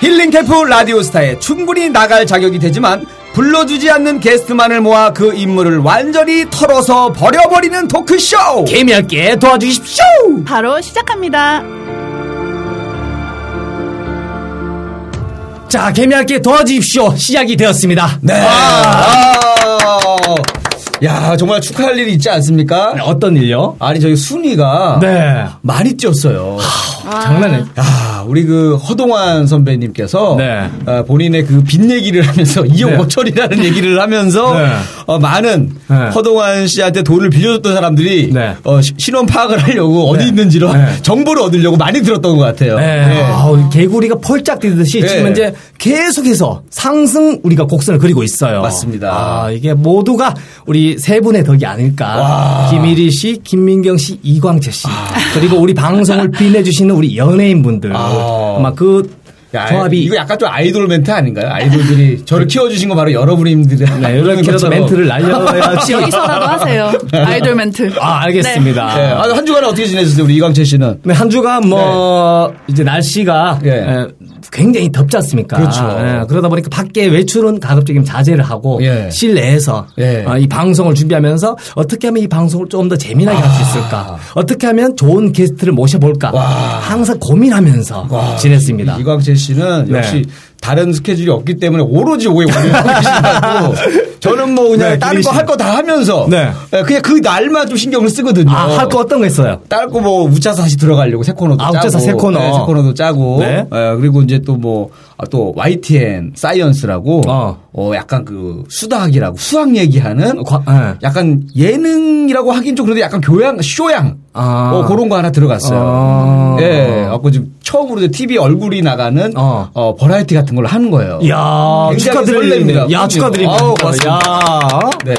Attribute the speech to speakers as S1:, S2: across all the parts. S1: 힐링 캠프 라디오스타에 충분히 나갈 자격이 되지만 불러주지 않는 게스트만을 모아 그 인물을 완전히 털어서 버려버리는 토크쇼
S2: 개미할게 도와주십시오.
S3: 바로 시작합니다.
S2: 자, 개미할게 도와주십시오. 시작이 되었습니다.
S1: 네. 아. 야 정말 축하할 일이 있지 않습니까?
S2: 네, 어떤 일요?
S1: 아니 저희 순위가
S2: 네.
S1: 많이 쪘어요.
S2: 장난해.
S1: 아, 우리 그 허동환 선배님께서
S2: 네.
S1: 아, 본인의 그 빚 얘기를 하면서 이용어철이라는 얘기를 하면서
S2: 네.
S1: 어, 많은
S2: 네.
S1: 허동환 씨한테 돈을 빌려줬던 사람들이
S2: 네.
S1: 어, 시- 신원 파악을 하려고 어디
S2: 네.
S1: 있는지로
S2: 네.
S1: 정보를 얻으려고 많이 들었던 것 같아요.
S2: 네.
S1: 네.
S2: 아우, 개구리가 폴짝 뛰듯이
S1: 네.
S2: 지금 이제 계속해서 상승 우리가 곡선을 그리고 있어요.
S1: 맞습니다.
S2: 아, 이게 모두가 우리 세 분의 덕이 아닐까.
S1: 와.
S2: 김일희 씨, 김민경 씨, 이광재 씨. 그리고 우리 방송을 빛내주시는 우리 연예인분들.
S1: 아.
S2: 아. 마그
S1: 야,
S2: 조합이. 그
S1: 이거 약간 좀 아이돌 멘트 아닌가요? 아이돌들이 저를 키워주신 거 바로 여러분님들이
S2: 네, 이렇게라도 멘트를 날려야지.
S3: 여기서라도 하세요. 아이돌 멘트.
S2: 아, 알겠습니다.
S1: 네. 아, 한 주간에 어떻게 지내셨어요, 우리 이광채 씨는?
S2: 네, 한 주간 뭐 이제 날씨가
S1: 네. 예.
S2: 에, 굉장히 덥지 않습니까?
S1: 그렇죠.
S2: 예, 그러다 보니까 밖에 외출은 가급적이면 자제를 하고
S1: 예.
S2: 실내에서
S1: 예.
S2: 어, 이 방송을 준비하면서 어떻게 하면 이 방송을 좀 더 재미나게 할 수 있을까? 어떻게 하면 좋은 게스트를 모셔볼까?
S1: 아. 와.
S2: 항상 고민하면서
S1: 와,
S2: 지냈습니다.
S1: 이- 이광재 씨는
S2: 네.
S1: 역시 다른 스케줄이 없기 때문에 오로지 오에 원하고 계신다고. 저는 뭐 그냥
S2: 네,
S1: 다른
S2: 김일희
S1: 거 할
S2: 씨는.
S1: 거 다 하면서
S2: 네.
S1: 예, 그냥 그 날만 좀 신경을 쓰거든요.
S2: 아, 할 거 어떤 거 했어요?
S1: 딸고 뭐 우차사 다시 들어가려고 새 코너도
S2: 아,
S1: 짜고
S2: 우차사 새 코너.
S1: 네, 새 코너도 짜고
S2: 네.
S1: 예, 그리고 이제 또 뭐 또 YTN 사이언스라고
S2: 어.
S1: 어, 약간 그 수다학이라고 수학 얘기하는
S2: 과- 예.
S1: 약간 예능이라고 하긴 좀 그래도 약간 교양 쇼양
S2: 아.
S1: 어, 그런 거 하나 들어갔어요.
S2: 아.
S1: 예, 갖고 지금 처음으로 이제 TV 얼굴이 나가는
S2: 어.
S1: 어, 버라이티 같은 걸 하는 거예요.
S2: 야
S1: 굉장히
S2: 축하드립니다.
S1: 설렙니다.
S2: 야 축하드립니다.
S1: 아우, 고맙습니다.
S2: 야.
S1: 네.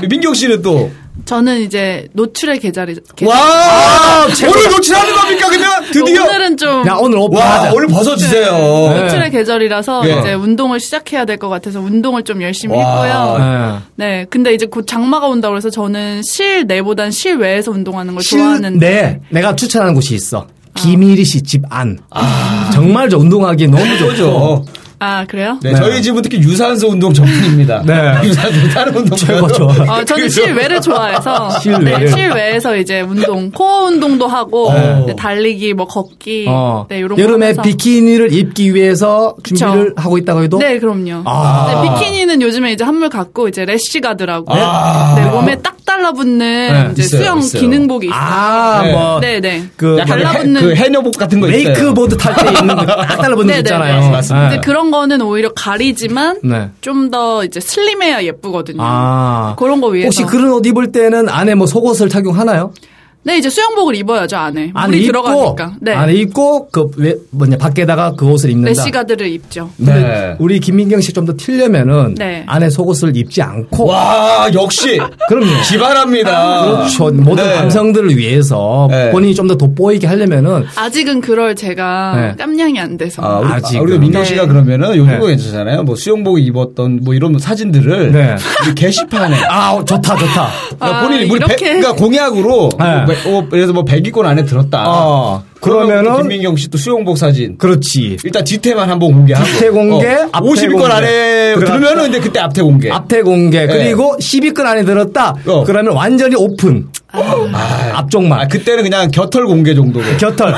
S1: 우리 민경 씨는 또
S3: 네. 저는 이제 노출의 계절이. 계절.
S1: 와! 예. 아, 오늘 노출하는 겁니까 그냥 드디어
S3: 오늘은 좀
S2: 야 오늘 오픈
S1: 와,
S2: 하자.
S1: 오늘 벗어 주세요.
S2: 네.
S3: 노출의 계절이라서
S1: 예.
S3: 이제 운동을 시작해야 될 것 같아서 운동을 좀 열심히
S1: 와.
S3: 했고요.
S2: 예.
S3: 네, 근데 이제 곧 장마가 온다고 해서 저는 실내보단 실외에서 운동하는 걸그 좋아하는데
S2: 실내 네. 내가 추천하는 곳이 있어. 김일희 씨 집 안. 정말 저 운동하기 너무 좋죠.
S1: 아. 네, 그죠?
S3: 아 그래요?
S1: 네,
S2: 네.
S1: 저희 집은 특히 유산소 운동 전문입니다.
S2: 네.
S1: 유산소 다른 운동
S2: 최고죠. 아,
S3: 어, 저는 실외를 좋아해서
S2: 실외를.
S3: 네, 실외에서 이제 운동 코어 운동도 하고
S1: 네.
S3: 이제 달리기 뭐 걷기
S2: 어.
S3: 네 이런
S2: 여름에
S3: 거 하면서.
S2: 비키니를 입기 위해서
S3: 그쵸.
S2: 준비를 하고 있다고 해도
S3: 네 그럼요.
S2: 아.
S3: 네, 비키니는 요즘에 이제 한물 갖고 이제 래쉬가드라고
S1: 아.
S3: 네, 몸에 딱 달라붙는 이제
S1: 있어요,
S3: 수영
S1: 있어요.
S3: 기능복이
S2: 네,
S3: 있어요.
S2: 아,
S1: 네.
S2: 뭐
S3: 네네.
S2: 그
S1: 약간
S3: 달라붙는-
S1: 해, 그 해녀복 같은 거 있어요.
S2: 웨이크보드 탈때 있는 거딱 달라붙는 거
S3: 네네네.
S2: 있잖아요.
S1: 맞습니다.
S3: 이제
S2: 네.
S3: 그런 거는 오히려 가리지만
S2: 네.
S3: 좀 더 이제 슬림해야 예쁘거든요.
S2: 아.
S3: 그런 거 위해서.
S2: 혹시 그런 옷 입을 때는 안에 뭐 속옷을 착용하나요?
S3: 네 이제 수영복을 입어야죠 안에.
S2: 아, 안에
S3: 물이
S2: 입고
S3: 들어가니까. 네.
S2: 안에 입고 그 왜, 뭐냐 밖에다가 그 옷을 입는다.
S3: 래쉬가드를 입죠.
S2: 근데
S1: 네.
S2: 우리 김민경 씨 좀 더 튀려면은
S3: 네.
S2: 안에 속옷을 입지 않고
S1: 와, 역시
S2: 그럼요.
S1: 기발합니다.
S2: 그렇죠. 모든
S1: 네.
S2: 남성들을 위해서
S1: 네.
S2: 본인이 좀 더 돋보이게 하려면은 아
S3: 직은 그럴 제가
S2: 네.
S3: 깜냥이 안 돼서.
S1: 아, 우리,
S2: 아직은.
S1: 아, 우리 민경 씨가
S3: 네.
S1: 그러면은 요런
S2: 네.
S1: 거 괜찮잖아요. 뭐 수영복 입었던 뭐 이런 사진들을
S2: 네.
S1: 우리 게시판에
S2: 아 어, 좋다 좋다.
S3: 아,
S1: 본인 이
S3: 이렇게?
S1: 그러니까 공약으로
S2: 네.
S1: 뭐 백- 어, 그래서 뭐 100위권 안에 들었다. 아,
S2: 어,
S1: 그러면
S2: 그러면은-
S1: 김민경 씨 또 수영복 사진.
S2: 그렇지.
S1: 일단 뒤태만 한번 공개하고
S2: 뒤태 공개, 앞태
S1: 50위권
S2: 공개.
S1: 안에
S2: 들어갔다.
S1: 들면은 이제 그때 앞태 공개.
S2: 앞에 공개 그리고 10위권 안에 들었다.
S1: 예. 어.
S2: 그러면 완전히 오픈.
S1: 아,
S2: 앞쪽만.
S1: 아, 그때는 그냥 겨털 공개 정도로.
S2: 곁털.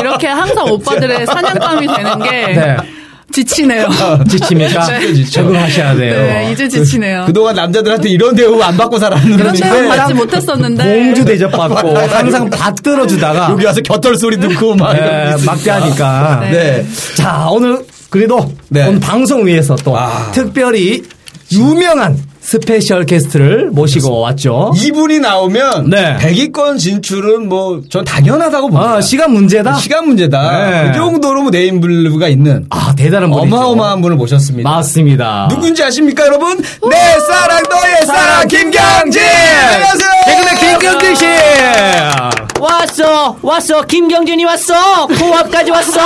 S3: 이렇게 항상 오빠들의 사냥감이 되는 게
S2: 네. 아,
S3: 지치네요.
S2: 지칩니까?
S1: 네, 지쳐, 지쳐.
S2: 적응하셔야 돼요.
S3: 네, 이제 지치네요.
S1: 그동안 남자들한테 이런 대우 안 받고 살았는데
S3: 그런 대우 받지 못했었는데.
S2: 공주 대접받고 항상 받들어 주다가 예,
S1: 여기 와서 겨털 소리 듣고 막 이러고 있으니까.
S2: 네, 막대하니까.
S1: 네.
S2: 자, 오늘 그래도
S1: 네.
S2: 오늘 방송 위해서 또
S1: 아.
S2: 특별히 유명한 스페셜 게스트를 모시고 왔죠.
S1: 이분이 나오면
S2: 네.
S1: 100위권 진출은 뭐 전 당연하다고 봅니다.
S2: 아, 시간 문제다.
S1: 시간 문제다.
S2: 네.
S1: 그 정도로 뭐 네임 블루가 있는
S2: 아, 대단한 분이죠.
S1: 어마어마한 분을 모셨습니다.
S2: 맞습니다.
S1: 누군지 아십니까, 여러분? 내 사랑, 예, 너의 사랑, 김경진! 안녕하세요!
S2: 예. 개그맨 김경진 씨.
S4: 왔어 왔어 왔어 김경준이 왔어 코앞까지 왔어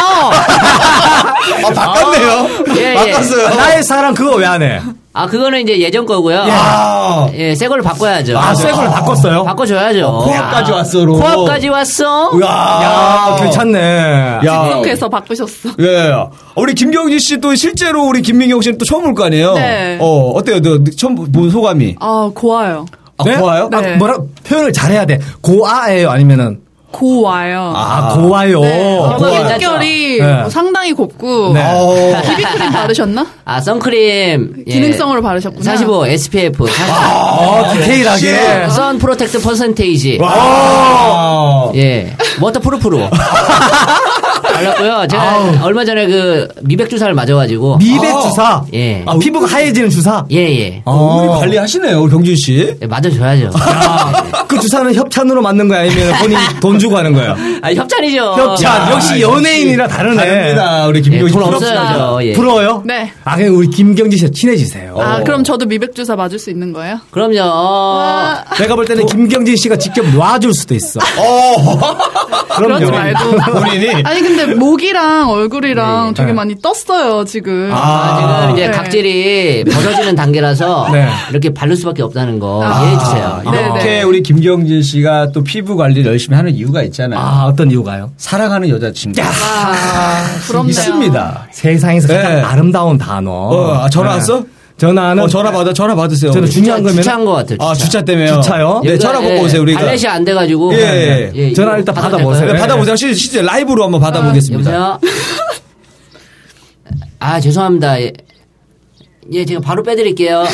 S5: 아, 바꿨네요.
S4: 예, 예.
S5: 바꿨어요.
S2: 아, 나의 사랑 그거 왜 안 해?
S4: 아 그거는 이제 예전 거고요
S1: 아,
S4: 예 새 걸로 바꿔야죠
S2: 아, 새 걸로 바꿨어요?
S4: 바꿔줘야죠
S1: 코앞까지
S4: 야.
S1: 왔어로.
S4: 코앞까지 왔어
S1: 야,
S2: 아, 괜찮네.
S3: 해서 바꾸셨어.
S1: 아. 예. 우리 김경진 씨 또 실제로 우리 김민경 씨는 또 처음 올 거 아니에요?
S3: 네.
S1: 어, 어때요? 너 처음 본 소감이?
S3: 아 고와요.
S1: 아,
S2: 네?
S1: 고와요?
S3: 네.
S2: 아, 뭐라 표현을 잘해야 돼. 고아예요 아니면은
S3: 고와요.
S2: 아, 고아요.
S3: 네.
S4: 고와요.
S3: 얼굴 결이
S2: 네.
S3: 상당히 곱고
S2: 네.
S1: 어.
S3: 비비크림 바르셨나?
S4: 아 선크림 예.
S3: 기능성으로 바르셨구나.
S4: 45 SPF 40.
S2: 아, 디테일하게.
S4: 선 프로텍트 퍼센테이지
S1: 와.
S4: 예 워터프루프로 발랐고요 제가 얼마 전에 그 미백 주사를 맞아가지고
S2: 미백 주사.
S4: 예.
S2: 아, 피부가 하얘지는 주사.
S4: 예예
S1: 아, 우리 관리하시네요, 우리 경진 씨.
S4: 예, 맞아줘야죠
S2: 그 주사는 협찬으로 맞는 거야 아니면 본인이 돈 주고 하는 거야?
S4: 아, 협찬이죠
S2: 협찬.
S1: 야,
S2: 역시
S1: 역시
S2: 연예인이라 다르네.
S1: 다릅니다, 우리 김경진
S4: 예,
S1: 씨.
S4: 돈 없어야죠 예.
S2: 부러워요?
S3: 네.
S2: 아, 그냥 우리 김경진 씨와 친해지세요.
S3: 아 그럼 저도 미백 주사 맞을 수 있는 거예요?
S4: 그럼요
S2: 내가 볼 때는 김경진 씨가 직접 놔줄 수도 있어. 그럼요.
S3: 그러지 말고
S1: 본인이.
S3: 아니 근데 목이랑 얼굴이랑 되게
S2: 네.
S3: 많이 떴어요 지금.
S4: 아, 지금 이제
S3: 네.
S4: 각질이 벌어지는 단계라서
S2: 네.
S4: 이렇게 바를 수밖에 없다는 거
S3: 아.
S4: 이해해 주세요.
S3: 네,
S1: 이렇게
S3: 네.
S1: 우리 김경진 씨가 또 피부 관리를 열심히 하는 이유가 있잖아요.
S2: 아, 어떤 이유가요?
S1: 사랑하는 여자친구.
S3: 아, 부럽네요.
S1: 있습니다.
S2: 세상에서 가장
S1: 네.
S2: 아름다운 단어. 네.
S1: 어, 아, 전화 왔어?
S2: 전화는
S1: 어, 전화 받아, 전화 받으세요.
S2: 저는
S1: 우리.
S2: 중요한 거면
S4: 주차한 것 같아요.
S1: 아, 주차 때문에요.
S2: 주차요?
S1: 네,
S4: 여기가,
S1: 전화 받고
S4: 예,
S1: 오세요, 우리가.
S4: 발렛이 안 돼가지고.
S1: 예, 예.
S4: 이거
S2: 전화 일단
S4: 받아도
S2: 받아보세요.
S1: 네,
S4: 될까요?
S1: 받아보세요. 실- 실제 라이브로 한번 받아보겠습니다.
S4: 여보세요. 아 죄송합니다. 예. 예, 제가 바로 빼드릴게요.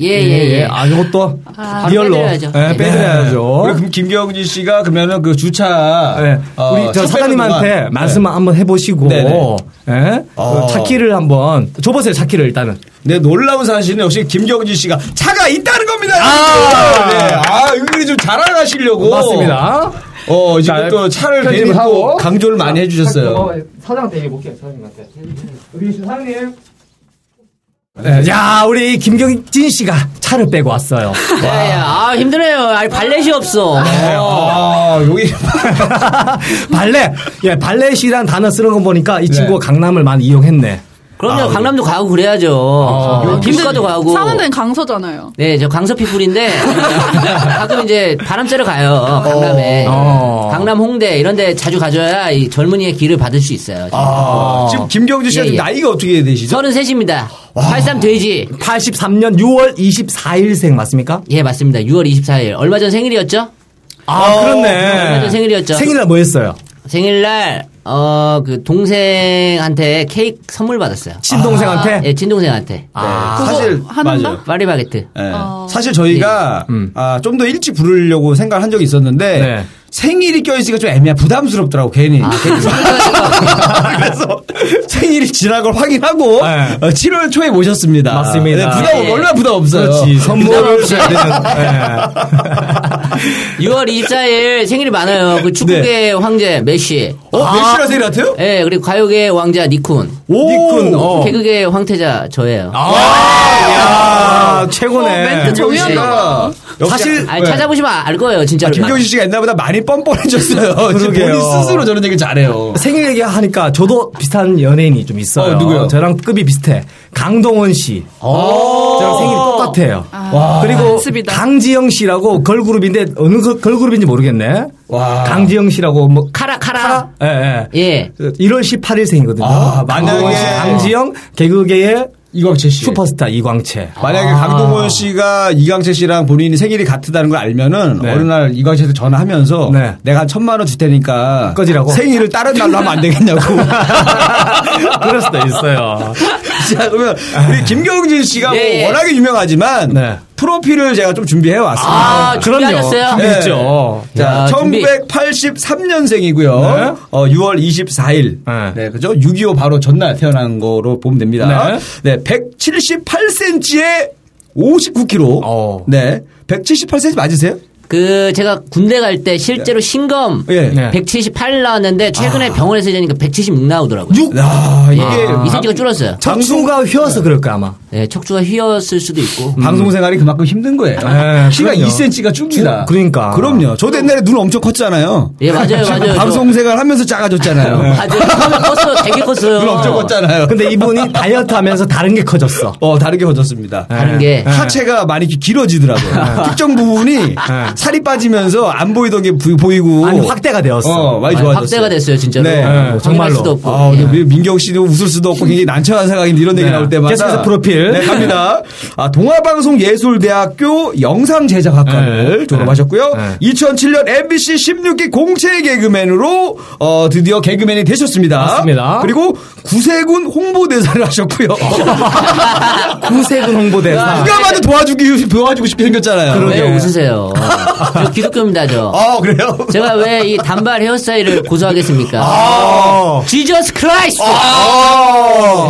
S4: 예, 예, 예.
S2: 아, 이것도
S4: 바로
S2: 리얼로.
S4: 빼드려야죠.
S2: 예,
S4: 네.
S2: 빼드려야죠.
S1: 우리 금- 김경진 씨가 그러면은 그 주차
S2: 예.
S1: 어,
S2: 우리 저
S1: 차 빼는
S2: 사장님한테
S1: 동안- 네.
S2: 말씀 한번 해보시고,
S1: 네네.
S2: 예?
S1: 어.
S2: 그 차키를 한번 줘보세요. 차키를 일단은.
S1: 네, 놀라운 사실은 역시 김경진 씨가 차가 있다는 겁니다.
S2: 아!
S1: 네, 아, 은근히 좀 자랑하시려고.
S2: 맞습니다.
S1: 어,
S2: 자,
S1: 지금 또 차를
S2: 편집을
S1: 대고
S2: 하고.
S1: 강조를 많이 해주셨어요.
S2: 사장한테 얘기해볼게요. 사장님한테. 여기 사장님. 예, 야, 우리 김경진 씨가 차를 빼고 왔어요.
S4: 예, 예. 아 힘드네요. 아 발렛이 없어.
S1: 아, 여기.
S2: 발레, 예, 발렛이란 단어 쓰는 거 보니까 이 친구가
S1: 네.
S2: 강남을 많이 이용했네.
S4: 그럼요. 강남도 가고 그래야죠. 빈가도 가고.
S3: 사는 데는 강서잖아요.
S4: 네, 저 강서피 뿔인데 가끔 이제 바람 쐬러 가요. 강남에.
S2: 어.
S4: 강남 홍대 이런 데 자주 가줘야 이 젊은이의 길을 받을 수 있어요.
S1: 아, 지금 김경진 씨가
S4: 예,
S1: 지금
S4: 예.
S1: 나이가 어떻게 되시죠?
S4: 서른 셋입니다. 83 돼지.
S2: 83년 6월 24일생 맞습니까?
S4: 예, 맞습니다. 6월 24일. 얼마 전 생일이었죠?
S2: 아,
S4: 얼마 전
S2: 그렇네.
S4: 생일이었죠?
S2: 생일날 뭐 했어요?
S4: 생일날 어, 그 동생한테 케이크 선물 받았어요.
S2: 친동생한테?
S4: 예, 친동생한테.
S2: 아,
S3: 그거
S1: 네. 사실
S3: 하는가?
S1: 맞아요.
S4: 파리바게트.
S1: 예.
S3: 어.
S1: 사실 저희가
S2: 음.
S1: 아, 좀 더 일찍 부르려고 생각한 적이 있었는데
S2: 네. 아,
S1: 생일이 껴있으니까 좀 애매한 부담스럽더라고 괜히. 그래서 생일이 지난 걸 확인하고
S2: 네.
S1: 어, 7월 초에 모셨습니다.
S2: 맞습니다.
S1: 네, 부담
S4: 예.
S1: 얼마 부담 없어요.
S2: 그렇지. 선물을
S1: 부담
S2: 줘야 되는. 예.
S4: 6월 24일 생일이 많아요.
S2: 네.
S4: 그 축구계 황제 메시.
S1: 어, 몇 시나 생일 같아요?
S4: 예, 그리고 가요계 왕자 니쿤.
S2: 오!
S1: 니쿤, 어. 아,
S4: 개그계 황태자 저예요. 뭐
S2: 아, 야, 최고네.
S3: 어, 멘트 정-
S1: 김경진 씨가 역시-
S2: 사실-
S4: 아니,
S1: 네.
S4: 찾아보시면 알 거예요, 진짜.
S1: 김경진 씨가 옛날보다 많이 뻔뻔해졌어요. 지금
S2: 그러게요.
S1: 본인 스스로 저런 얘기 잘해요.
S2: 생일 얘기하니까 저도 비슷한 연예인이 좀 있어요.
S1: 어, 누구요?
S2: 저랑 급이 비슷해. 강동원 씨.
S1: 어.
S2: 저랑 생일이 똑같아요. 그리고
S3: 맞습니다.
S2: 강지영 씨라고 걸그룹인데 어느 그- 걸그룹인지 모르겠네.
S1: 와.
S2: 강지영 씨라고 뭐
S4: 카라, 카라.
S2: 예, 예.
S4: 예.
S2: 1월 18일 생이거든요.
S1: 아, 만약에- 예.
S2: 강지영 개그계의
S1: 이광채 씨.
S2: 슈퍼스타 이광채.
S1: 만약에 강동원 씨가 이광채 씨랑 본인이 생일이 같다는 걸 알면은
S2: 네.
S1: 어느 날 이광채한테 전화하면서
S2: 네.
S1: 내가 한 천만 원 줄 테니까
S2: 꺼지라고?
S1: 생일을 다른 날로 하면 안 되겠냐고.
S2: 그럴 수도 있어요.
S1: 자, 그러면 우리 김경진 씨가
S4: 예,
S1: 뭐
S4: 예.
S1: 워낙에 유명하지만
S2: 아. 네.
S1: 프로필을 제가 좀 준비해 왔습니다.
S4: 아, 준비하셨어요?
S1: 네.
S2: 준비했죠.
S1: 자,
S4: 야, 준비.
S1: 1983년생이고요.
S2: 네.
S1: 어, 6월 24일.
S2: 네.
S1: 네. 그죠? 6.25 바로 전날 태어난 거로 보면 됩니다.
S2: 네.
S1: 네. 178cm에 59kg.
S2: 어.
S1: 네. 178cm 맞으세요?
S4: 그 제가 군대 갈 때 실제로 신검
S1: 예. 아.
S2: 네.
S4: 178 나왔는데 최근에 병원에서 재니까 176 나오더라고요.
S1: 야, 이게
S4: 아, 2cm가 줄었어요.
S2: 척추가 휘어서 그럴 거야 아마.
S4: 예, 척추가 휘었을 수도 있고.
S1: 음. 방송 생활이 그만큼 힘든 거예요.
S2: 네,
S1: 키가
S2: 그럼요.
S1: 2cm가 줍니다.
S2: 주- 그러니까.
S1: 그럼요.
S5: 저도 옛날에 눈 엄청 컸잖아요.
S4: 예, 맞아요, 맞아요. 네.
S1: 방송 생활 하면서 작아졌잖아요.
S4: 맞아요. 처음에 컸어요. 되게 컸어요.
S1: 눈 엄청 컸잖아요.
S2: 근데 이분이 다이어트 하면서 다른 게 커졌어.
S1: 어, 다르게 커졌습니다.
S2: 네.
S4: 다른 게.
S1: 아, 하체가 많이 이렇게 길어지더라고요. 특정
S2: 네.
S1: 부분이 살이 빠지면서 안 보이던 게 부- 보이고
S2: 아니, 확대가 되었어.
S1: 어, 많이
S4: 아니,
S1: 좋아졌어요.
S4: 확대가 됐어요, 진짜로.
S1: 네.
S4: 확인할
S2: 정말로.
S4: 수도 없고.
S1: 아,
S4: 예.
S1: 근데 민경 씨도 웃을 수도 없고 굉장히 난처한 상황인데 이런 얘기
S2: 네.
S1: 나올 때마다
S2: 계속해서 프로필.
S1: 네, 갑니다. 아, 동아방송예술대학교 영상제작학과를
S2: 네.
S1: 졸업하셨고요.
S2: 네.
S1: 2007년 MBC 16기 공채 개그맨으로 어, 드디어 개그맨이 되셨습니다.
S2: 맞습니다.
S1: 그리고 구세군 홍보대사를 하셨고요.
S2: 구세군 홍보대사.
S1: 누가 아, 봐도 도와주기 도와주고 싶게 생겼잖아요. 네.
S4: 왜요?
S2: 그러게.
S4: 웃으세요. 저 기독교입니다, 저.
S1: 아 그래요?
S4: 제가 왜 이 단발 헤어스타일을 고소하겠습니까?
S2: 어.
S4: 지저스 크라이스트!
S1: 아,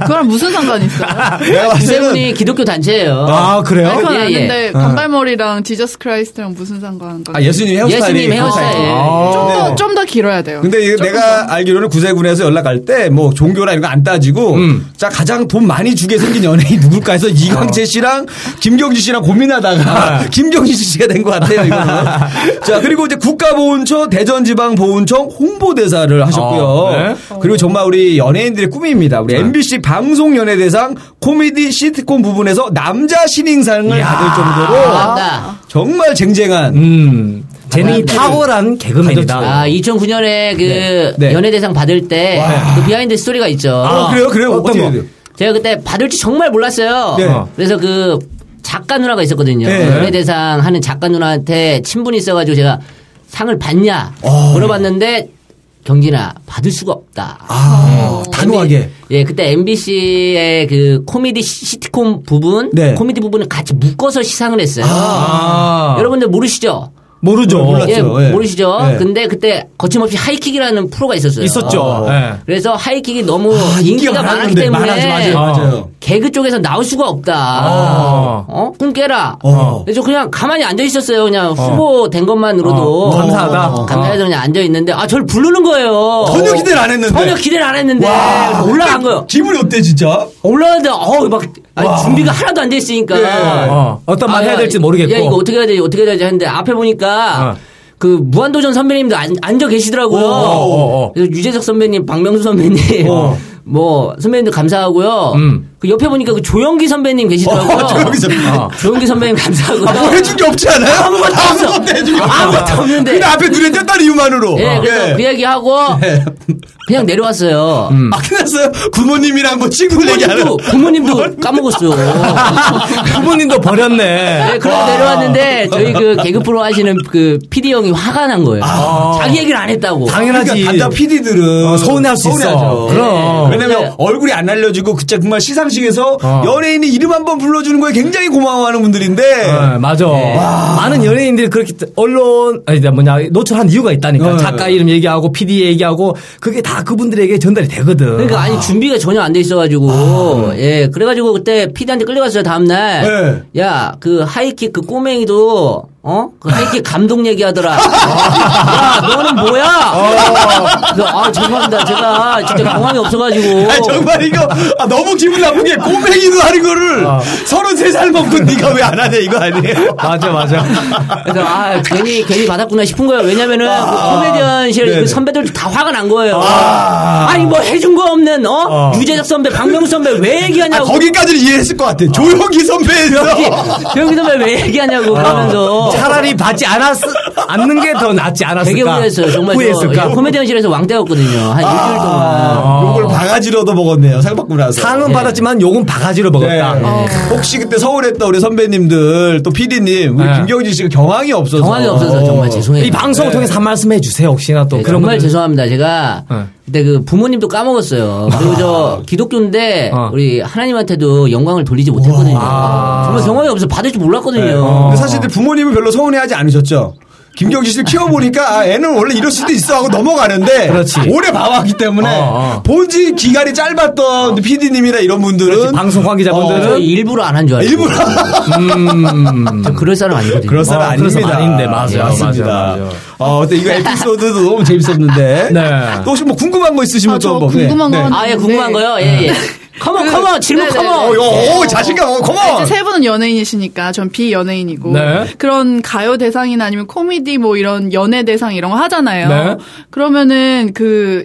S3: 그거랑 무슨 상관이 있어요?
S1: 내가 봤을 때는
S4: 아, 세훈이 기독교 단체예요.
S2: 아, 그래요?
S3: 아니, 그건
S4: 예, 예.
S3: 아는데 단발머리랑 지저스 크라이스트랑 무슨 상관인가?
S1: 아, 예수님 헤어스타일이
S4: 예수님 헤어스타일.
S1: 그렇다니까.
S3: 좀더
S1: 네.
S3: 좀 더 길어야 돼요.
S1: 근데 이거
S3: 조금
S1: 내가 알기로는 구세군에서 연락 갈 때 뭐 종교나 이런 거 안 따지고 자 가장 돈 많이 주게 생긴 연예인 누굴까 해서 이광재 씨랑 김경진 씨랑 고민하다가 김경진 씨가 된 것 같아요 이거는 자 그리고 이제 국가보훈처 대전지방보훈청 홍보대사를 하셨고요
S2: 어, 네.
S1: 그리고 정말 우리 연예인들의 꿈입니다 우리 MBC 방송연예대상 코미디 시트콤 부분에서 남자 신인상을
S2: 예,
S1: 받을
S4: 아,
S1: 정도로
S4: 맞다.
S1: 정말 쟁쟁한
S2: 음. 재능이
S4: 맞아요.
S2: 탁월한 개그맨이다.
S4: 아, 2009년에 그
S1: 예. 네.
S4: 연예대상 받을 때 그 비하인드 스토리가 있죠.
S1: 어, 그래요 그래요
S2: 아, 어떤
S1: 어떻게
S2: 거?
S1: 돼요?
S4: 제가 그때 받을지 정말 몰랐어요.
S1: 네.
S4: 그래서 그 작가 누나가 있었거든요.
S1: 네.
S4: 연예대상 하는 작가 누나한테 친분이 있어가지고 제가 상을 받냐
S1: 어, 네.
S4: 물어봤는데 경진아 받을 수가 없다.
S1: 아 단호하게
S4: 예, 그때 MBC의 그 코미디 시- 시트콤 부분,
S1: 네.
S4: 코미디 부분을 같이 묶어서 시상을 했어요.
S2: 아.
S4: 여러분들 모르시죠?
S2: 모르죠.
S1: 몰랐죠.
S4: 예,
S1: 예.
S4: 모르시죠?
S1: 예.
S4: 근데 그때 거침없이 하이킥이라는 프로가 있었어요.
S2: 있었죠. 예.
S4: 그래서 하이킥이 너무
S1: 아,
S4: 인기가,
S1: 인기가
S4: 많았기
S1: 많았는데,
S4: 때문에 어.
S1: 많아서 맞아요, 맞아요.
S4: 개그 쪽에서 나올 수가 없다.
S2: 어.
S4: 어? 꿈 깨라.
S1: 아. 어.
S4: 그래서 그냥 가만히 앉아 있었어요. 그냥 후보 된 것만으로도
S2: 어. 감사하다. 어.
S4: 감사해서 그냥 앉아 있는데 아 저를 부르는 거예요.
S1: 전혀 기대를 안 했는데.
S4: 전혀 기대를 안 했는데 그래서 올라간 거예요.
S1: 네. 기분이 어때 진짜?
S4: 올라가는데 어우 막 아니, 준비가 하나도 안 돼 있으니까
S1: 예.
S2: 어, 어떤 말
S4: 아,
S2: 해야
S4: 야,
S2: 될지 모르겠고.
S4: 야, 이거 어떻게 해야 되지, 어떻게 해야 되지 했는데 앞에 보니까
S2: 어.
S4: 그 무한도전 선배님도 안, 앉아 계시더라고요.
S2: 오, 오, 오.
S4: 그래서 유재석 선배님, 박명수 선배님,
S2: 어.
S4: 뭐 선배님들 감사하고요.
S2: 음.
S4: 그 옆에 보니까 그 조영기 선배님 계시더라고요.
S1: 어, 조영기 선배님.
S4: 조영기 선배님 감사하고요.
S1: 아, 뭐 해준 게 없지 않아요?
S4: 아무것도 없어.
S1: 아무것도 해준 게
S4: 아무것도 없는데.
S1: 근데 앞에 눈에 띄었다는 이유만으로.
S4: 예, 그래서
S1: 예.
S4: 그 얘기하고 그냥 내려왔어요.
S1: 아, 끝났어요? 부모님이랑 뭐 친구 얘기하는.
S4: 부모님도 부모님도 까먹었어요.
S2: 부모님도 버렸네.
S4: 네, 그러고 내려왔는데 저희 그 개그 프로 하시는 그 PD 형이 화가 난 거예요. 자기 얘기를 안 했다고.
S2: 당연하지.
S1: 그러니까 담당 PD들은
S2: 어, 서운해할 수 있어.
S1: 서운해하죠. 예.
S2: 그럼.
S1: 왜냐면
S4: 네.
S1: 얼굴이 안 알려지고 그때 정말 시상식에서
S2: 어.
S1: 연예인이 이름 한 번 불러주는 거에 굉장히 고마워하는 분들인데
S4: 네.
S2: 예, 맞아. 많은 연예인들이 그렇게 언론 아니 뭐냐 노출한 이유가
S4: 네,
S2: 있다니까
S1: 예.
S2: 작가 이름 얘기하고 PD 얘기하고 그게 다 그분들에게 전달이 되거든.
S4: 그러니까 아니 준비가 전혀 안 돼 있어가지고 예 그래가지고 그때 PD한테 끌려갔어요 다음날 야 그 하이킥 그 꼬맹이도 어? 그 하이킥 감독 얘기하더라 아, 야 너는 뭐야 그래서 아 죄송합니다 제가 진짜 경황이 없어가지고
S1: 아니, 정말 이거 아, 너무 기분 나쁜 게 꼬맹이도 하는 거를
S4: 어.
S1: 33살 먹고 네가 왜 안 하냐 이거 아니에요?
S2: 맞아 맞아.
S4: 그래서 아 괜히 괜히 받았구나 싶은 거예요. 왜냐면은
S2: 아,
S4: 그 코미디언실
S1: 네네.
S4: 그 선배들도 다 화가 난 거예요. 아~ 니뭐 해준 거 없는 어, 유재석 선배, 박명수 선배 왜
S1: 아,
S4: 얘기하냐고.
S1: 거기까지는 이해했을 것 같아. 조용히 선배에서.
S4: 조영기 선배 왜 얘기하냐고
S2: 아.
S4: 그러면서
S2: 차라리 받지 않았 않는 게 더 낫지 않았을까?
S4: 어. 되게 후회했어요. 정말 저 예,
S2: 후회했을까? 아. 어.
S4: 이 코미디언실에서 왕따였거든요. 한 일주일 동안.
S1: 아. 욕을 바가지로도 먹었네요. 상 받고 나서.
S2: 상은 받았지만 욕은 바가지로 먹었다.
S1: 예. 네.
S4: 어.
S1: 혹시 그때 서울에 있던 우리 선배님들 또 PD님 우리
S2: 네.
S1: 김경진 씨가 경황이 없어서
S4: 경황이 없어서 정말 죄송해요.
S2: 이
S1: 네.
S2: 방송을 통해서 한 말씀 해주세요. 혹시나 또
S4: 네,
S2: 그런
S4: 정말
S2: 분들-
S4: 죄송합니다. 제가
S2: 네. 아.
S4: 그때 그 부모님도 까먹었어요. 그리고 저 기독교인데
S2: 어.
S4: 우리 하나님한테도 영광을 돌리지 못했거든요.
S2: 아.
S4: 정말 경험이 없어 받을 줄 몰랐거든요.
S2: 네.
S1: 네. 근데 사실 근데 부모님은 별로 서운해하지 않으셨죠. 김경진 씨를 키워보니까 아, 애는 원래 이럴 수도 있어 하고 넘어가는데
S2: 그렇지.
S1: 오래 봐왔기 때문에
S2: 어, 어.
S1: 본지 기간이 짧았던 PD님이나 이런 분들은
S2: 방송 관계자분들은
S4: 저 어, 일부러 안 한 줄 알고.
S1: 일부러
S4: 저 그럴 사람 아니거든요.
S1: 그런 사람
S2: 어, 그런
S1: 아닙니다.
S2: 사람 아닌데, 맞아요,
S1: 예, 맞습니다.
S2: 맞아요, 맞아요.
S1: 어, 근데 이거 에피소드도 너무 재밌었는데.
S2: 네.
S1: 또 혹시 뭐 궁금한 거 있으시면
S3: 아,
S1: 또
S3: 저
S1: 뭐. 네,
S3: 궁금한
S1: 네.
S3: 거 하나
S4: 아, 예,
S3: 네.
S4: 궁금한 거요? 예, 예. 컴온, 컴온, 질문
S3: 그, 네네네.
S4: 컴온.
S1: 어, 야, 어, 자신감, 어,
S3: 아, 이제
S1: 컴온!
S3: 세 분은 연예인이시니까 전 비연예인이고
S2: 네.
S3: 그런 가요 대상이나 아니면 코미디 뭐 이런 연예 대상 이런 거 하잖아요.
S2: 네.
S3: 그러면은 그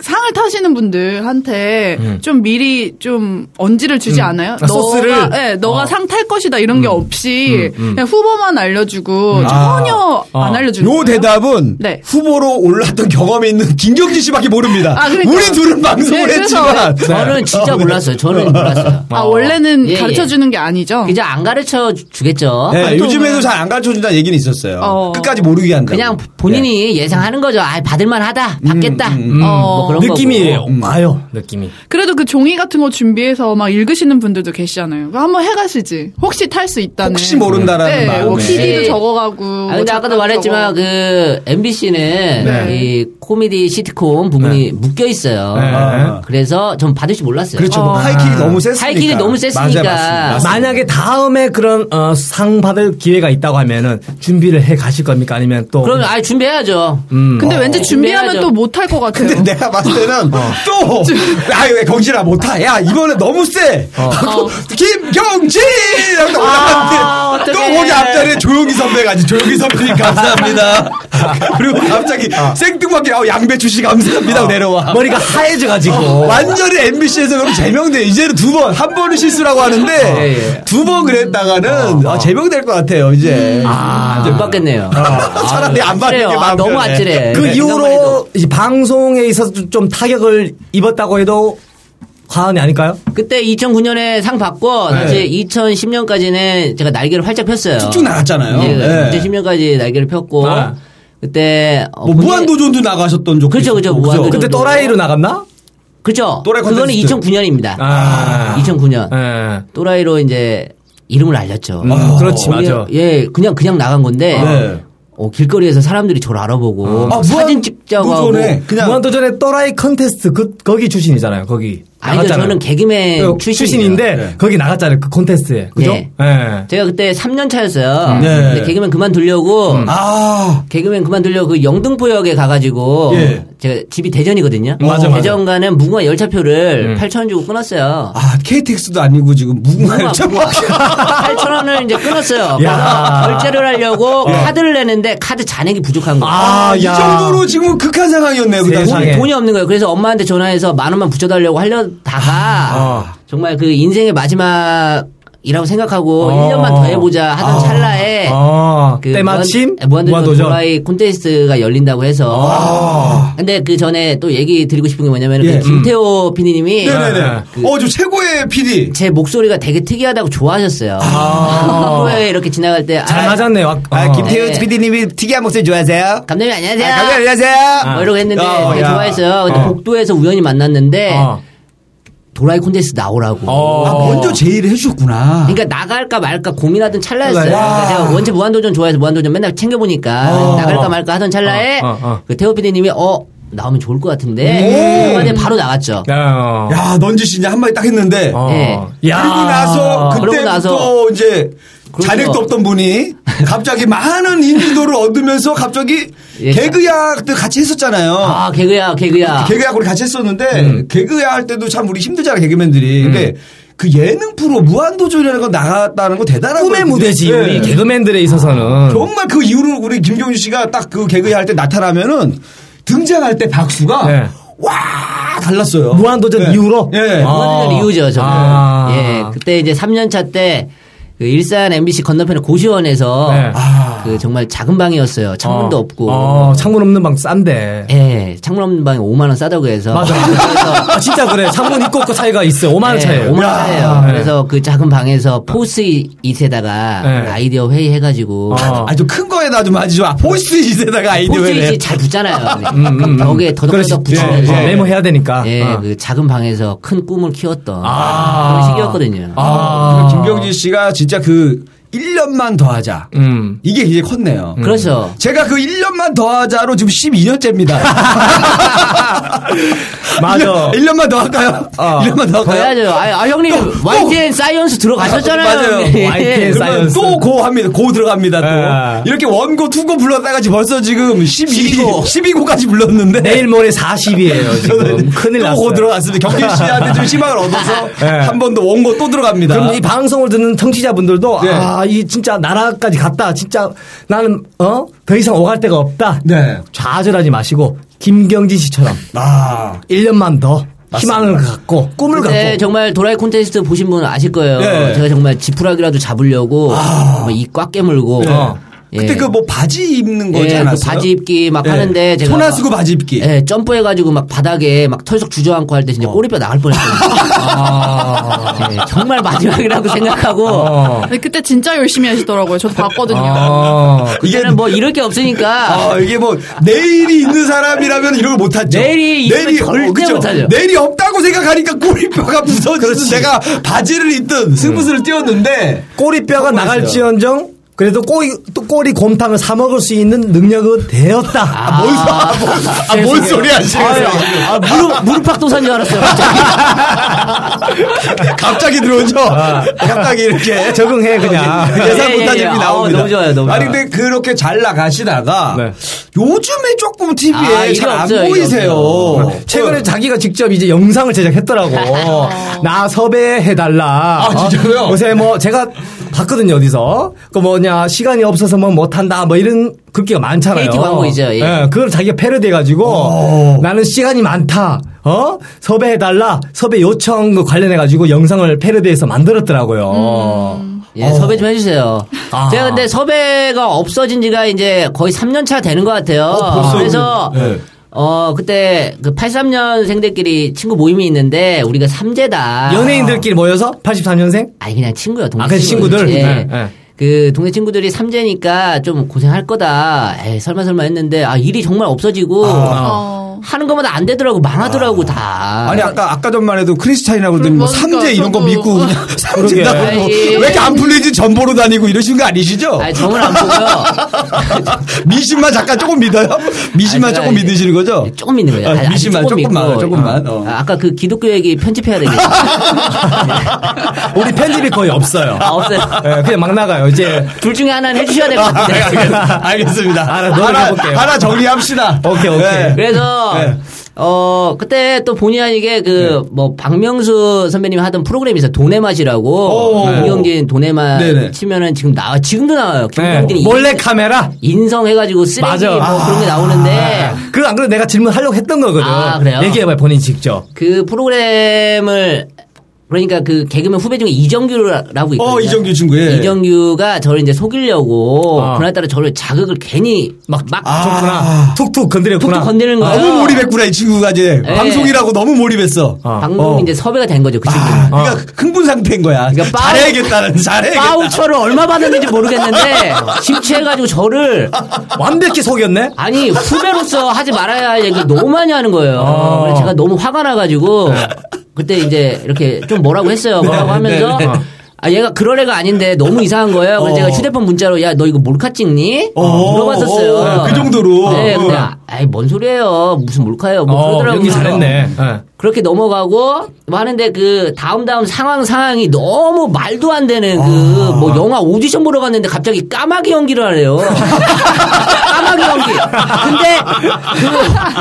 S3: 상을 타시는 분들한테 좀 미리 좀 언지를 주지 않아요?
S2: 아, 소스를?
S3: 너가, 네, 너가
S2: 어.
S3: 상 탈 것이다 이런 게 없이 그냥 후보만 알려주고 전혀
S2: 아.
S3: 안 알려주는
S1: 요
S3: 거예요?
S1: 대답은
S3: 네.
S1: 후보로 올랐던 경험이 있는 김경진 씨밖에 모릅니다.
S3: 아, 그러니까요.
S1: 우리 둘은 방송을
S3: 네, 그래서
S1: 했지만.
S4: 저는 진짜
S1: 네.
S4: 몰랐어요. 저는 몰랐어요.
S3: 아 원래는
S4: 예, 예.
S3: 가르쳐주는 게 아니죠?
S4: 그냥 안 가르쳐 주- 주겠죠.
S1: 네, 요즘에도 잘 안 가르쳐 준다는 얘기는 있었어요.
S3: 아, 뭐. 어.
S1: 끝까지 모르게 한다.
S4: 그냥
S1: 네.
S4: 본인이 예상하는 거죠. 아, 받을만하다,
S1: 음,
S4: 받겠다.
S3: 어.
S4: 뭐 그런
S2: 느낌이
S4: 거고.
S2: 와요. 느낌이.
S3: 그래도 그 종이 같은 거 준비해서 막 읽으시는 분들도 계시잖아요. 그거 한번 해가시지. 혹시 탈 수 있다는.
S1: 혹시 모른다라는
S3: 네, 뭐
S1: 마음에.
S3: PD도
S4: 네.
S3: 적어가고. 뭐
S4: 아, 근데 아까도
S3: 작가도 적어가고.
S4: 말했지만 그 MBC는
S2: 네.
S4: 이 코미디 시트콤 부분이 묶여 있어요.
S2: 네.
S4: 그래서 전 받을 줄 몰랐어요.
S1: 그렇죠.
S3: 어.
S1: 하이킥이 너무 셌으니까.
S4: 하이킥이 너무 셌으니까.
S1: 맞아요, 맞습니다.
S2: 만약에 다음에 그런 어, 상 받을 기회가 있다고 하면은 준비를 해 가실 겁니까? 아니면 또
S4: 그럼 아예 준비해야죠.
S1: 음.
S3: 근데 왠지 준비하면
S4: 어, 준비해야죠.
S3: 또 못할 것 같아요.
S1: 근데 네. 내가 봤을 때는
S4: 어.
S1: 또, 아, 왜 경진아 못하? 야, 이번에 너무 세!
S4: 어.
S1: 하고, 김경진! 하고
S4: 아,
S1: 올라갔는데, 또
S3: 어떡해.
S1: 거기 앞자리에 조용히 선배가 아니 조용히 선배님 감사합니다. 그리고 갑자기 생뚱맞게, 어, 양배추 씨 감사합니다.
S4: 어.
S1: 하고 내려와. 어.
S2: 머리가 하얘져 가지고
S1: 완전히 MBC에서 그럼 제명돼. 이제는 두 번, 한 번은 실수라고
S4: 예, 어.
S1: 하는데,
S4: 예.
S1: 두 번 그랬다가는, 아, 제명될 것 같아요, 이제.
S4: 아, 못 받겠네요.
S1: 차라리 안 받는
S4: 아찔해요.
S1: 게
S4: 아,
S1: 마음
S4: 너무
S1: 편해.
S4: 아찔해.
S2: 그
S4: 생각만 해도.
S2: 이후로 이 방송에 있어서 좀- 좀 타격을 입었다고 해도 과언이 아닐까요?
S4: 그때 2009년에 상 받고 다시 2010년까지는 제가 날개를 활짝 폈어요.
S1: 네. 쭉쭉 나갔잖아요. 예.
S4: 2010년까지 날개를 폈고
S2: 아.
S4: 그때 어,
S1: 뭐,
S4: 본인-
S1: 무한도전도 나가셨던 적
S4: 그렇죠, 그렇죠, 무한도전.
S2: 그때 또라이로 나갔나?
S4: 그렇죠.
S1: 또라이
S4: 그거는
S1: 콘텐츠.
S4: 2009년입니다.
S2: 아.
S4: 2009년
S2: 예.
S4: 또라이로 이제 이름을 알렸죠.
S2: 음,
S1: 네. 아,
S2: 그렇지,
S4: 우리-
S2: 맞아.
S4: 예, 그냥 그냥 나간 건데.
S1: 네.
S4: 어, 길거리에서 사람들이 저를 알아보고
S1: 아,
S4: 사진
S1: 무한
S4: 찍자고 하고
S1: 도전에 그냥
S2: 무한도전의 또라이 컨테스트 그 거기 출신이잖아요. 거기
S4: 아니죠
S2: 나갔잖아요.
S4: 저는 개그맨
S1: 네,
S2: 어,
S4: 출신이에요.
S2: 출신인데 거기 나갔잖아요. 그 콘테스트에 그죠?
S4: 네.
S2: 예.
S4: 제가 그때 3년 차였어요.
S1: 네.
S4: 근데 개그맨 그만두려고
S1: 아,
S4: 개그맨 그만두려고 그 영등포역에 가가지고
S1: 예. 음,
S4: 제가 집이 대전이거든요.
S1: 맞아, 음. 맞아.
S4: 대전 가는 무궁화 열차표를 8천 원 주고 끊었어요.
S1: 아, KTX도 아니고 지금 무궁화 참
S4: 8천 원을 이제 끊었어요.
S2: 야.
S4: 그래서 결제를 하려고 카드를 내는데 카드 잔액이 부족한 거예요.
S1: 예. 아, 이
S2: 야.
S1: 정도로 지금 극한 상황이었네요, 그
S2: 세상에.
S1: 당시에.
S4: 돈이 없는 거예요. 그래서 엄마한테 전화해서 만 원만 붙여달라고 하려다가
S2: 아. 정말
S4: 정말 그 인생의 마지막이라고 생각하고
S1: 어.
S4: 1년만 더 해보자 하던 찰나에
S2: 아,
S4: 그
S2: 때마침
S4: 무한, 도전
S2: 무한도전.
S4: 도라이 콘테스트가 열린다고 해서 근데 그 전에 또 얘기 드리고 싶은 게 뭐냐면
S1: 예.
S4: 그 김태호 PD님이
S1: 네네네.
S4: 그-
S1: 어, 저 최고의 PD.
S4: 제 목소리가 되게 특이하다고 좋아하셨어요.
S2: 아.
S4: 프로에 이렇게 지나갈 때
S2: 잘
S4: 아,
S2: 맞았네. 와, 어.
S4: 김태우 네.
S1: PD님이 특이한 목소리 좋아하세요?
S4: 감독님 안녕하세요.
S1: 안녕하세요.
S4: 뭐 이러고 했는데
S1: 어,
S4: 되게
S1: 야.
S4: 좋아했어요. 근데
S2: 어.
S4: 복도에서 우연히 만났는데
S2: 어.
S4: 도라이 콘테스트 나오라고.
S2: 어.
S1: 아, 먼저 제의를 해주셨구나.
S4: 그러니까 나갈까 말까 고민하던 찰나였어요. 그러니까
S1: 와.
S4: 제가 원체 무한도전 좋아해서 무한도전 맨날 챙겨보니까 나갈까 말까 하던 찰나에
S2: 어, 어, 어.
S4: 그 태호 PD님이 어 나오면 좋을 것
S1: 오.
S4: 같은데 그간에 바로 나갔죠.
S2: 야.
S1: 야, 넌지 씨 이제 한마디 딱 했는데.
S2: 어.
S4: 예.
S2: 야.
S1: 그리고 나서 그때부터
S4: 그러고 나서. 그렇죠.
S1: 이제
S4: 그러고
S1: 자력도
S4: 나서.
S1: 없던 분이 갑자기 많은 인지도를 얻으면서 갑자기
S4: 예.
S1: 개그야 때 같이 했었잖아요.
S4: 아 개그야 개그야.
S1: 개그야 우리 같이 했었는데
S2: 음.
S1: 개그야 할 때도 참 우리 힘들잖아 개그맨들이. 근데 그 예능 프로 무한도전이라는 거 나갔다는 거 대단한
S4: 네.
S2: 꿈의
S1: 거거든요.
S2: 무대지
S1: 예.
S2: 우리 개그맨들에 있어서는
S1: 정말 그 이후로 우리 김경준 씨가 딱 그 개그야 할 때 나타나면은 등장할 때 박수가
S2: 네.
S1: 와 달랐어요.
S2: 무한도전
S1: 예.
S2: 이후로?
S1: 예.
S2: 아.
S4: 무한도전 이유죠 정말.
S2: 아.
S4: 예 그때 이제 3년차 때. 그 일산 MBC 건너편의 고시원에서
S2: 네.
S4: 그 정말 작은 방이었어요. 창문도
S2: 어.
S4: 없고
S2: 어, 창문 없는 방 싼데.
S4: 예, 창문 없는 방에 5만 원 싸다고 해서
S2: 맞아. 아, 진짜 그래. 창문 있고 없고 차이가 있어. 5만 원 차이.
S4: 5만
S2: 야.
S4: 네.
S2: 네. 아.
S4: 원이에요. 그래서 그 작은 방에서 포스 잇에다가
S2: 네.
S4: 아이디어 회의 해가지고
S2: 어.
S1: 아니 좀 큰 거에다 좀 하지 좀 포스트잇에다가 아이디어
S4: 포스
S1: 왜
S4: 잇이 잘 붙잖아요. 벽에 더덕더덕
S2: 음, 그렇지.
S4: 붙이는 네.
S2: 어,
S1: 예.
S2: 메모해야 되니까.
S4: 예,
S2: 어.
S4: 그 작은 방에서 큰 꿈을 키웠던
S2: 아.
S4: 그런 시기였거든요.
S2: 아.
S1: 김경진 씨가 진짜 그 1년만 더 하자.
S2: 음.
S1: 이게 이제 컸네요.
S4: 그렇죠.
S1: 제가 그 1년만 더 하자로 지금 12년째입니다.
S2: 맞아.
S1: 1년, 만더 할까요?
S2: 어.
S1: 1년만 더
S4: 더
S1: 할까요?
S4: 해야죠. 아, 아, 형님, YTN 사이언스 들어가셨잖아요. 예.
S1: 맞아요.
S4: 형님.
S2: YTN 사이언스.
S1: 그러면 또 고 합니다. 고 들어갑니다. 또.
S2: 예.
S1: 이렇게 원고, 투고 불렀다가 지금 벌써 지금 12,
S4: 12고.
S1: 12고. 까지 불렀는데.
S2: 내일 모레 40이에요, 지금. 큰일
S1: 또 고
S2: 났어요.
S1: 들어갔습니다. 경진 씨한테 좀 희망을 얻어서
S2: 예.
S1: 한 번 더 원고 또 들어갑니다.
S2: 그럼 이 방송을 듣는 청취자분들도
S1: 네.
S2: 아 이 진짜 나라까지 갔다 진짜 나는 어 더 이상 오갈 데가 없다
S1: 네.
S2: 좌절하지 마시고 김경진 씨처럼
S1: 아.
S2: 1년만 더 희망을 갖고 꿈을
S4: 근데
S2: 갖고 네.
S4: 정말 도라이 콘테스트 보신 분 아실 거예요.
S1: 예.
S4: 제가 정말 지푸라기라도 잡으려고
S2: 아.
S4: 뭐 이 꽉 깨물고.
S2: 네.
S4: 예.
S1: 그때 그 뭐 바지 입는 거지
S4: 예, 그
S1: 않았어요?
S4: 바지 입기 막
S1: 예.
S4: 하는데 제가
S1: 소나
S4: 막-
S1: 쓰고 바지 입기.
S4: 예, 점프해가지고 막 바닥에 막 털썩 주저앉고 할 때 진짜 꼬리뼈 나갈 뻔했거든요. 예, 정말 마지막이라고 생각하고
S3: 근데 그때 진짜 열심히 하시더라고요. 저도 봤거든요.
S2: 어.
S1: 이게
S4: 이제는 뭐 이럴 게 없으니까
S1: 아, 이게 뭐 내일이 있는 사람이라면 이런 걸 못하죠. 어,
S4: 내일이 있으면 절대
S1: 그죠?
S4: 못하죠.
S1: 내일이 없다고 생각하니까 꼬리뼈가 부서지는 내가 바지를
S4: 음.
S1: 입든 승부수를 띄웠는데
S2: 꼬리뼈가 나갈지언정 그래도 꼬리 또 꼬리 곰탕을 사 먹을 수 있는 능력은 되었다 아,
S1: 뭔, 소- 아, 뭔, 아, 뭔 소리 하시겠어요?
S4: 아,
S2: 뭐,
S4: 무릎 무릎 박도사인 줄 알았어요.
S1: 갑자기 들어오죠? 갑자기 이렇게.
S2: 네, 적응해 그냥
S1: 아, 예상
S4: 아. 예, 예,
S1: 못한
S4: 예.
S1: 얘기
S4: 아우,
S1: 나옵니다.
S4: 너무 좋아요, 너무
S1: 아니
S4: 좋아요.
S1: 근데 그렇게 잘 나가시다가
S2: 네.
S1: 요즘에 조금 TV에
S4: 아, 이게
S1: 잘 안
S4: 없어요, 이게
S1: 보이세요. 그
S4: 없어요. 아.
S2: 최근에 자기가 직접 이제 영상을 제작했더라고. 나 섭외해달라.
S1: 어. 아, 진짜로요?
S2: 어, 요새 뭐 제가 봤거든요, 어디서. 그 뭐냐, 시간이 없어서 뭐 못한다, 뭐 이런 글귀가 많잖아요.
S4: KT 광고이죠, 예.
S2: 그걸 자기가
S1: 어.
S2: 패러디해가지고 나는 시간이 많다. 어? 섭외해달라. 섭외 요청 그 관련해가지고 영상을 패러디해서 만들었더라고요.
S4: 예, 섭외 좀 해주세요.
S2: 아.
S4: 제가 근데 섭외가 없어진 지가 이제 거의 3년 차 되는 것 같아요. 그래서
S1: 네.
S4: 어 그때 그 83년생들끼리 친구 모임이 있는데 우리가 삼재다.
S2: 연예인들끼리 모여서 83년생?
S4: 아니 그냥 친구요. 동네
S2: 아, 그냥 친구들?
S4: 예.
S2: 네, 네.
S4: 그 동네 친구들이 삼재니까 좀 고생할 거다. 에이, 설마 설마 했는데 아 일이 정말 없어지고
S3: 어.
S4: 하는 것마다 안 되더라고 망하더라고 다.
S1: 아. 아니 아까 아까 전만 해도 크리스타인하고 그랬더니 뭐
S3: 그러니까
S1: 삼재 이런 거
S3: 저도- 아, 예.
S1: 믿고 그냥 삼재다고
S4: 그러게.
S1: 뭐 왜 이렇게 안 풀리지 전보로 다니고 이러신 거 아니시죠?
S4: 아니, 정을 안 보고요.
S1: 미신만 잠깐 조금 믿어요? 미신만
S4: 아니,
S1: 조금
S4: 아니,
S1: 믿으시는 거죠?
S4: 조금 믿는 거예요.
S1: 아,
S4: 아직
S1: 미신만 조금만,
S4: 믿고.
S1: 조금만, 어.
S4: 아, 아까 그 기독교 얘기 편집해야 되겠다.
S2: 우리 편집이 거의 없어요.
S4: 아, 없어요.
S2: 예, 그냥 막 나가요. 이제
S4: 둘 중에 하나는 해주셔야 될 것
S1: 아, 네,
S4: 같은데.
S1: 알겠- 알겠습니다.
S2: 하나
S1: 하나,
S2: 노력해볼게요.
S1: 하나, 정리합시다.
S2: 오케이, 오케이.
S4: 그래서
S1: 네.
S4: 어 그때 또 본의 아니게 그 뭐 박명수 선배님이 하던 프로그램이 있어요 돈의 맛이라고
S1: 오.
S4: 김경진 돈의 맛
S1: 네네.
S4: 치면은 지금 나와 지금도 나와요
S2: 예,
S4: 아, 김경진이
S2: 몰래 카메라.
S4: 인성해가지고 쓰레기
S2: 맞아.
S4: 뭐 그런 게 나오는데
S2: 그 안 그래도 내가 질문하려고 했던 거거든.
S4: 아, 그래요?
S2: 얘기해봐요, 본인 직접.
S4: 그 프로그램을 그러니까 그 개그맨 후배 중에 이정규라고 있거든요.
S1: 어, 이정규 친구, 예.
S4: 이정규가 저를 이제 속이려고
S2: 아.
S4: 그날따라 저를 자극을 괜히 막 막
S2: 아, 툭툭 건드렸구나.
S4: 툭툭 건드는 거예요.
S1: 아, 너무 몰입했구나 이 친구가 이제
S4: 네.
S1: 방송이라고 너무 몰입했어.
S2: 아.
S4: 방송이
S1: 어.
S4: 이제 섭외가 된 거죠 그 친구. 는
S1: 그러니까 흥분 상태인 거야.
S4: 그러니까 빠우-
S1: 잘해야겠다는 잘해야겠다.
S4: 파우처를 얼마 받았는지 모르겠는데 심취해가지고 저를
S2: 아, 완벽히 속였네?
S4: 아니 후배로서 하지 말아야 할 얘기 너무 많이 하는 거예요.
S1: 어.
S4: 그래서 제가 너무 화가 나가지고
S1: 네.
S4: 그때 이제 이렇게 좀 뭐라고 했어요. 뭐라고 하면서
S1: 네.
S4: 아 얘가 그럴 애가 아닌데 너무 이상한 거예요. 그래서 제가 휴대폰 문자로 야 너 이거 몰카 찍니?
S1: 어,
S4: 물어봤었어요.
S1: 어, 그 정도로.
S4: 네, 근데
S1: 어.
S4: 아, 아이 뭔 소리예요? 무슨 몰카예요? 뭐
S2: 어,
S4: 그러더라고요.
S2: 연기 잘했네. 예.
S4: 그렇게 넘어가고 뭐 하는데 그 다음 다음 상황 상황이 너무 말도 안 되는 그
S1: 아.
S4: 뭐 영화 오디션 보러 갔는데 갑자기 까마귀 연기를 하래요. 까마귀 연기. 근데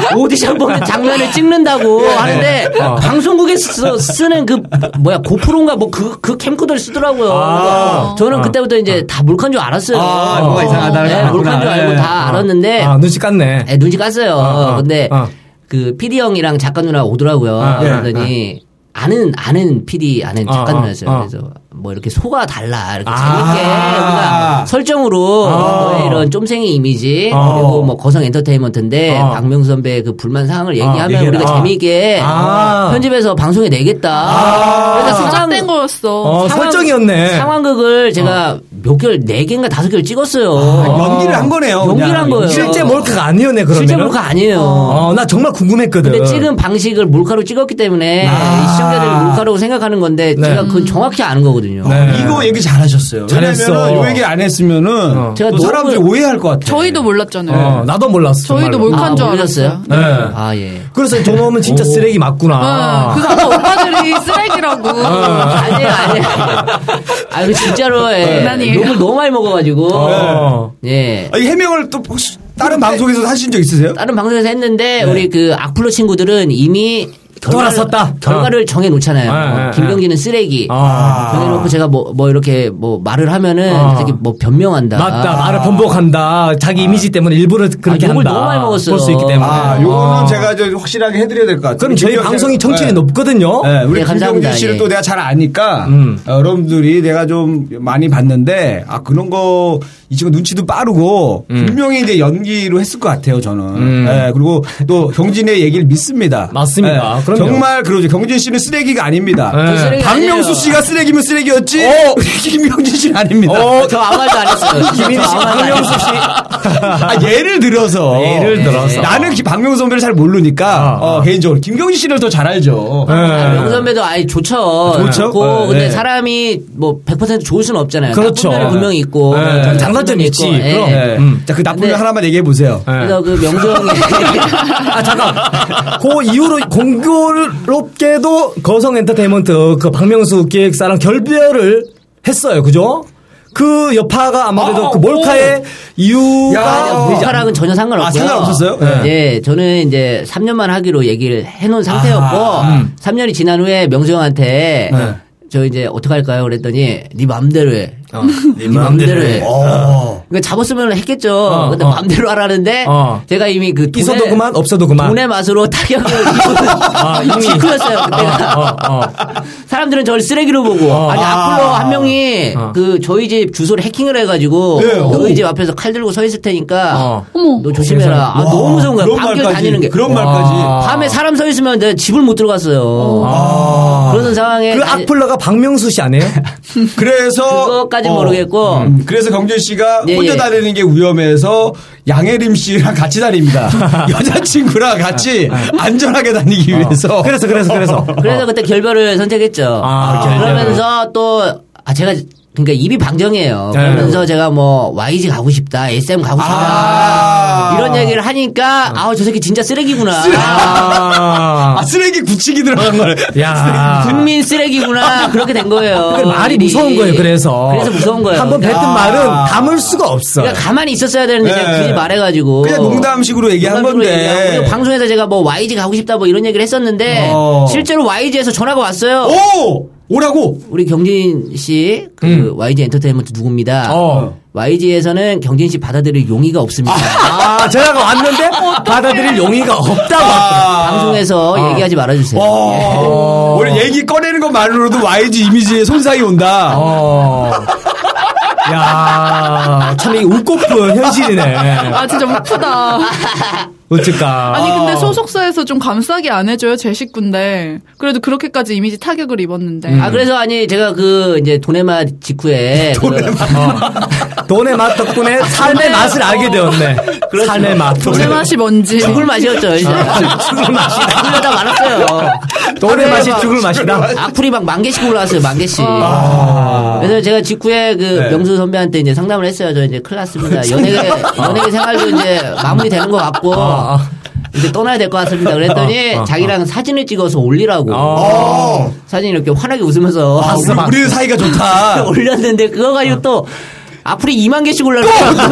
S4: 그 오디션 보는 장면을 찍는다고
S1: 네.
S4: 하는데
S1: 어.
S4: 방송국에서 쓰는 그 뭐야 고프로인가 뭐 그 그 캠코더를 쓰더라고요.
S2: 아.
S4: 저는 그때부터 이제 다 몰카인 줄 알았어요.
S1: 아, 뭐가 이상하다는 걸
S4: 네, 몰카인
S1: 알았구나.
S4: 줄 알고 다 알았는데
S2: 아, 눈치 깠네.
S4: 예, 눈치 깠어요.
S2: 어, 어,
S4: 근데
S2: 어.
S4: 그 PD 형이랑 작가 누나 오더라고요.
S2: 아,
S4: 그러더니 아는 아는 PD 아는
S2: 어,
S4: 작가
S2: 어,
S4: 누나였어요.
S2: 어.
S4: 그래서 뭐 이렇게 소가 달라 이렇게
S2: 아.
S4: 재밌게 뭔가 설정으로 뭐
S2: 어.
S4: 이런 쫌생이 이미지
S2: 어.
S4: 그리고 뭐 거성 엔터테인먼트인데
S2: 어.
S4: 박명수 선배의 그 불만 사항을 얘기하면
S2: 얘기해라.
S4: 우리가 재미있게 뭐
S2: 아.
S4: 편집해서 방송에 내겠다. 그래서
S3: 아,
S4: 상황-
S3: 된 거였어.
S4: 아.
S2: 어, 설정이었네.
S4: 상황극을 제가 몇 개월 네 개인가 다섯 개를 찍었어요.
S1: 연기를 한 거네요.
S4: 연기를
S1: 그냥.
S4: 한 거예요.
S2: 실제 몰카가 아니었네, 그러면.
S4: 어. 실제 몰카 아니에요.
S2: 어, 네. 나 정말 궁금했거든.
S4: 근데
S2: 아.
S4: 찍은 방식을 몰카로 찍었기 때문에 이 시청자들이 몰카라고 생각하는 건데 제가 그건 정확히 아는 거거든요.
S2: 네.
S1: 이거 얘기 잘하셨어요.
S2: 잘했어.
S1: 왜냐면은 요 얘기 안 했으면은
S2: 어.
S4: 제가
S1: 또 사람들이
S4: 너무-
S1: 오해할 것 같아.
S3: 저희도 몰랐잖아요.
S2: 어, 나도 몰랐어.
S3: 저희도
S2: 정말로.
S3: 몰카인
S4: 아,
S3: 줄
S4: 몰랐어요?
S3: 알았어요.
S2: 네.
S4: 아 예.
S2: 그래서 종업은 진짜 쓰레기 맞구나.
S3: 어, 그래서 아까 오빠들이 쓰레기라고.
S4: 아니에요, 아니에요. 아, 이거 진짜로, 예.
S3: 장난이에요.
S4: 욕을 너무 많이 먹어가지고.
S2: 네. 어.
S4: 예.
S1: 아, 이 해명을 또 혹시 다른 방송에서 하신 적 있으세요?
S4: 다른 방송에서 했는데, 우리 그 악플러 친구들은 이미. 결과를-
S2: 네. 돌았었다. 어.
S4: 결과를 정해놓잖아요.
S2: 예, 예,
S4: 어, 김경진은 쓰레기.
S2: 아.
S4: 정해놓고 제가 뭐, 뭐 이렇게 뭐 말을 하면은
S2: 아.
S4: 되게 뭐 변명한다.
S2: 맞다. 말을 번복한다. 자기 이미지 때문에 일부러 그렇게
S4: 아, 욕을
S2: 한다.
S4: 너무 많이 먹었어요.
S2: 볼수 있기 때문에.
S1: 아, 요거는
S2: 아.
S1: 제가 저 확실하게 해드려야 될 것 같아요.
S2: 그럼 저희
S1: 김경진-
S2: 방송이 청취율이
S1: 네.
S2: 높거든요.
S1: 네, 우리
S4: 네, 감사합니다.
S1: 김경진 씨를
S4: 예.
S1: 또 내가 잘 아니까
S2: 음.
S1: 어, 여러분들이 내가 좀 많이 봤는데 아 그런 거 이 친구 눈치도 빠르고
S2: 음.
S1: 분명히 이제 연기로 했을 것 같아요 저는. 예, 그리고 또 경진의 얘기를 믿습니다. 예,
S2: 맞습니다. 그럼요.
S1: 정말 그러죠. 경진 씨는 쓰레기가 아닙니다.
S2: 예.
S4: 저 쓰레기
S1: 박명수
S4: 아니에요.
S1: 씨가 쓰레기면 쓰레기였지.
S2: 어.
S1: 김경진 씨는 아닙니다.
S4: 어, 저 아무 말도 안 했어요.
S2: 김민희 씨,
S4: 저 아무 말도 안
S2: 박명수
S4: 했어요.
S2: 씨.
S1: 아, 예를 들어서.
S2: 예를 들어서.
S1: 나는 기- 박명수 선배를 잘 모르니까,
S2: 아, 예.
S1: 어, 개인적으로. 김경진 씨를 더 잘 알죠.
S4: 아, 명선배도 아예 좋죠.
S1: 좋죠?
S4: 좋고,
S1: 네.
S4: 근데
S1: 네. 사람이
S4: 사람이 뭐 100% 좋을 수는 없잖아요.
S2: 아, 그렇죠.
S4: 나쁜 면이 분명히 있고.
S2: 네.
S4: 좋은 면이
S2: 장단점이
S4: 있고.
S2: 있지.
S4: 예.
S2: 그럼.
S1: 네.
S2: 음.
S1: 자, 그 나쁜
S4: 근데-
S1: 면 하나만 얘기해 보세요.
S4: 그래서 그 명수 형이
S2: 아 잠깐. 그 이후로 공교롭게도 거성 엔터테인먼트 그 박명수 기획사랑 결별을 했어요. 그죠? 그 여파가 아무래도
S1: 아,
S2: 그 몰카의 이유가
S1: 야,
S2: 되지 않-
S4: 모카랑은 어. 전혀 상관없고요.
S1: 아, 상관없었어요? 네.
S4: 예, 저는 이제 3년만 하기로 얘기를 해놓은 상태였고,
S2: 아, 음.
S4: 3년이 지난 후에 명수 형한테
S2: 네.
S4: 저 이제 어떻게 할까요? 그랬더니 네 마음대로 해. 네 마음대로 해.
S1: 어.
S4: 그러니까 잡았으면 했겠죠.
S2: 어,
S4: 근데
S2: 어.
S4: 마음대로 하라는데
S2: 어.
S4: 제가 이미 그 돈의-
S2: 있어도 그만 없어도 그만.
S4: 돈의 맛으로 타격을
S2: 아,
S4: 입은
S2: 이미.
S4: 직후였어요 그때가.
S2: 어, 어, 어.
S4: 사람들은 저를 쓰레기로 보고 아니 앞으로 한 명이
S2: 어.
S4: 그 저희 집 주소를 해킹을 해가지고
S1: 네,
S4: 너희
S1: 오.
S4: 집 앞에서 칼 들고 서 있을 테니까
S2: 어.
S3: 어머.
S4: 너 조심해라. 아,
S1: 와,
S4: 너무 무서운 거야.
S1: 그런
S4: 밤길
S1: 말까지.
S4: 다니는 게.
S1: 그런
S2: 와. 어.
S1: 말까지.
S4: 밤에 사람 서 있으면 내가 집을 못 들어갔어요.
S1: 아.
S4: 그런 상황에
S2: 그
S4: 다시-
S2: 악플러가 박명수 씨 아니에요?
S1: 그래서.
S4: 그것까진
S1: 어.
S4: 모르겠고
S1: 음, 그래서 경진 씨가
S4: 예,
S1: 혼자
S4: 예.
S1: 다니는 게 위험해서 양혜림 씨랑 같이 다닙니다. 여자친구랑 같이
S4: 아,
S1: 안전하게 다니기 위해서.
S2: 그래서 그래서 그래서.
S4: 그래서 그때 결별을 선택했죠.
S2: 아, 결별.
S4: 그러면서 또, 아, 제가, 그러니까 입이 방정이에요.
S2: 네.
S4: 그러면서 제가 뭐, YG 가고 싶다, SM 가고 싶다.
S1: 아.
S4: 이런 얘기를 하니까, 아우, 저 새끼 진짜 쓰레기구나.
S1: 아,
S2: 아.
S1: 쓰레기 굳히기 들어간 거네.
S2: 야.
S4: 국민 쓰레기구나. 그렇게 된 거예요.
S2: 그러니까 말이
S4: 일이.
S2: 무서운 거예요. 그래서.
S4: 그래서 무서운 거예요.
S2: 한번 뱉은
S4: 그러니까,
S2: 말은 담을 수가 없어.
S4: 그러니까 가만히 있었어야 되는데, 제가
S1: 네.
S4: 굳이 말해가지고.
S1: 그냥 농담식으로 얘기한
S4: 농담으로
S1: 건데.
S4: 얘기하고, 그리고 방송에서 제가 뭐, YG 가고 싶다, 뭐, 이런 얘기를 했었는데,
S1: 어.
S4: 실제로 YG에서 전화가 왔어요.
S1: 오! 오라고!
S4: 우리 경진 씨, 그 YG 엔터테인먼트 누굽니다.
S2: 어.
S4: YG에서는 경진 씨 받아들일 용의가 없습니다.
S2: 아, 전화가 왔는데 받아들일 용의가 없다고.
S4: 아. 방송에서 얘기하지 말아주세요.
S1: 아, 어. 와, 원래 얘기 꺼내는 것만으로도 YG 이미지에 손상이 온다.
S2: 어. 야, 참 이게 웃고픈 현실이네.
S3: 아, 진짜 웃프다.
S2: 어쩔까.
S3: 아니, 근데 소속사에서 좀 감싸게 안 해줘요, 제 식구인데. 그래도 그렇게까지 이미지 타격을 입었는데.
S4: 아 그래서 아니 제가 그 이제 도네마 직후에 그,
S2: 돈의 맛 덕분에 삶의 아, 맛을 알게 되었네. 삶의 맛.
S3: 돈의 맛이 뭔지.
S4: 죽을 맛이었죠. 이제.
S2: 죽을 맛이.
S4: 죽으려다 말았어요.
S2: 돈의 맛이 죽을 맛이다.
S4: 악플이 막 만 개씩 올라왔어요, 만 개씩.
S1: 아.
S4: 그래서 제가 직후에 그
S1: 네.
S4: 명수 선배한테 이제 상담을 했어요. 저 이제 큰일 났습니다. 연예계, 연예계 생활도 이제 마무리 되는 것 같고.
S2: 아.
S4: 이제 떠나야 될 것 같습니다. 그랬더니
S1: 아,
S4: 자기랑 사진을 찍어서 올리라고.
S1: 어. 아,
S4: 사진 이렇게 환하게 웃으면서
S1: 우리, 우리는 사이가 좋다.
S4: 올렸는데 그거 가지고 또 악플이 2만 개씩 올라왔어요.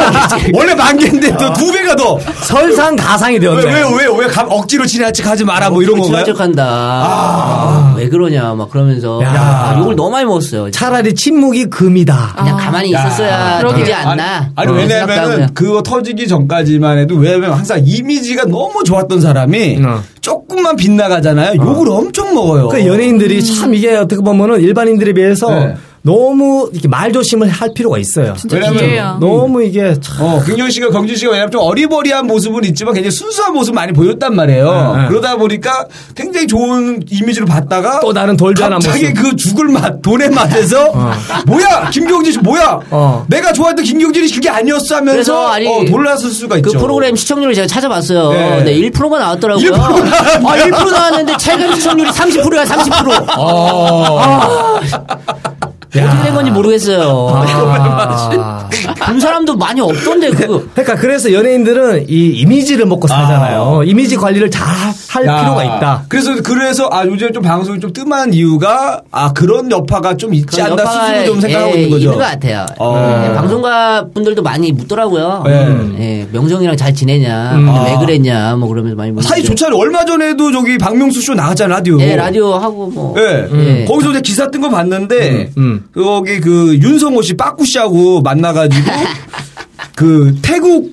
S1: 원래 만 개인데 또 두 배가 더.
S2: 설상 가상이
S1: 왜,
S2: 되었네.
S1: 왜, 왜, 왜 감- 억지로 친한 척 하지 마라 뭐 이런 건가요? 아.
S4: 척한다. 아, 왜 그러냐 막 그러면서
S2: 야.
S4: 아, 욕을 너무 많이 먹었어요.
S2: 차라리 침묵이 금이다.
S4: 그냥 가만히 있었어야
S3: 그러게요.
S4: 되지
S1: 아니,
S4: 않나.
S1: 아니
S4: 그런 생각도 하고요.
S1: 왜냐면은 그거 터지기 전까지만 해도 왜냐면 항상 이미지가 너무 좋았던 사람이
S2: 어.
S1: 조금만 빗나가잖아요. 욕을 엄청 먹어요. 그러니까
S2: 그 연예인들이 참 이게 어떻게 보면은 일반인들에 비해서
S1: 네.
S2: 너무 이렇게 말 조심을 할 필요가 있어요. 네.
S3: 진짜
S1: 왜냐면-
S3: 기회야.
S2: 너무 이게 참.
S1: 어, 긍정 씨가 경진 씨가 왜냐면 좀 어리버리한 모습은 있지만 굉장히 순수한 모습 많이 보였단 말이에요.
S2: 네, 네.
S1: 그러다 보니까 굉장히 좋은 이미지를 봤다가
S2: 또 다른 돌변한
S1: 갑자기
S2: 모습.
S1: 그 죽을 맛, 돈의 맛에서
S4: 어.
S1: 뭐야 김경진 씨 뭐야?
S2: 어.
S1: 내가 좋아했던 김경진이 그게 아니었어 하면서
S4: 그래서 아니,
S1: 어, 돌아섰을 수가
S4: 그
S1: 있죠.
S4: 프로그램 시청률을 제가 찾아봤어요.
S1: 네.
S4: 근데 1%가 나왔더라고요.
S1: 1% 나왔네.
S4: 아,
S1: 아.
S4: 1% 나왔는데 최근 시청률이 30%야, 30%.
S2: 어.
S4: 아. 어떻게 된 건지 모르겠어요.
S2: 음. 아.
S4: 본 사람도 많이 없던데 그.
S2: 그러니까 그래서 연예인들은 이 이미지를 먹고 살잖아요. 이미지 관리를 잘 할
S1: 야,
S2: 필요가 있다.
S1: 그래서 그래서 아 요즘 좀 방송이 좀 뜸한 이유가 아 그런 여파가 좀 있지
S4: 그런
S1: 않나
S4: 여파가,
S1: 스스로 좀 생각하고
S4: 예,
S1: 있는 거죠.
S4: 있는 것 같아요.
S1: 어.
S4: 예, 방송가 분들도 많이 묻더라고요.
S1: 예.
S4: 음, 예, 명정이랑 잘 지내냐, 왜 그랬냐, 뭐 그러면서 많이
S1: 음.
S4: 묻는데.
S1: 아. 사이 좋잖아요. 얼마 전에도 저기 박명수 쇼 나갔잖아요 라디오.
S4: 예, 라디오 하고 뭐.
S1: 예.
S5: 음.
S4: 예.
S1: 거기서 이제 기사 뜬 거 봤는데
S2: 음,
S1: 거기 그 윤성호 씨 빠꾸 씨하고 만나가지고 그 태국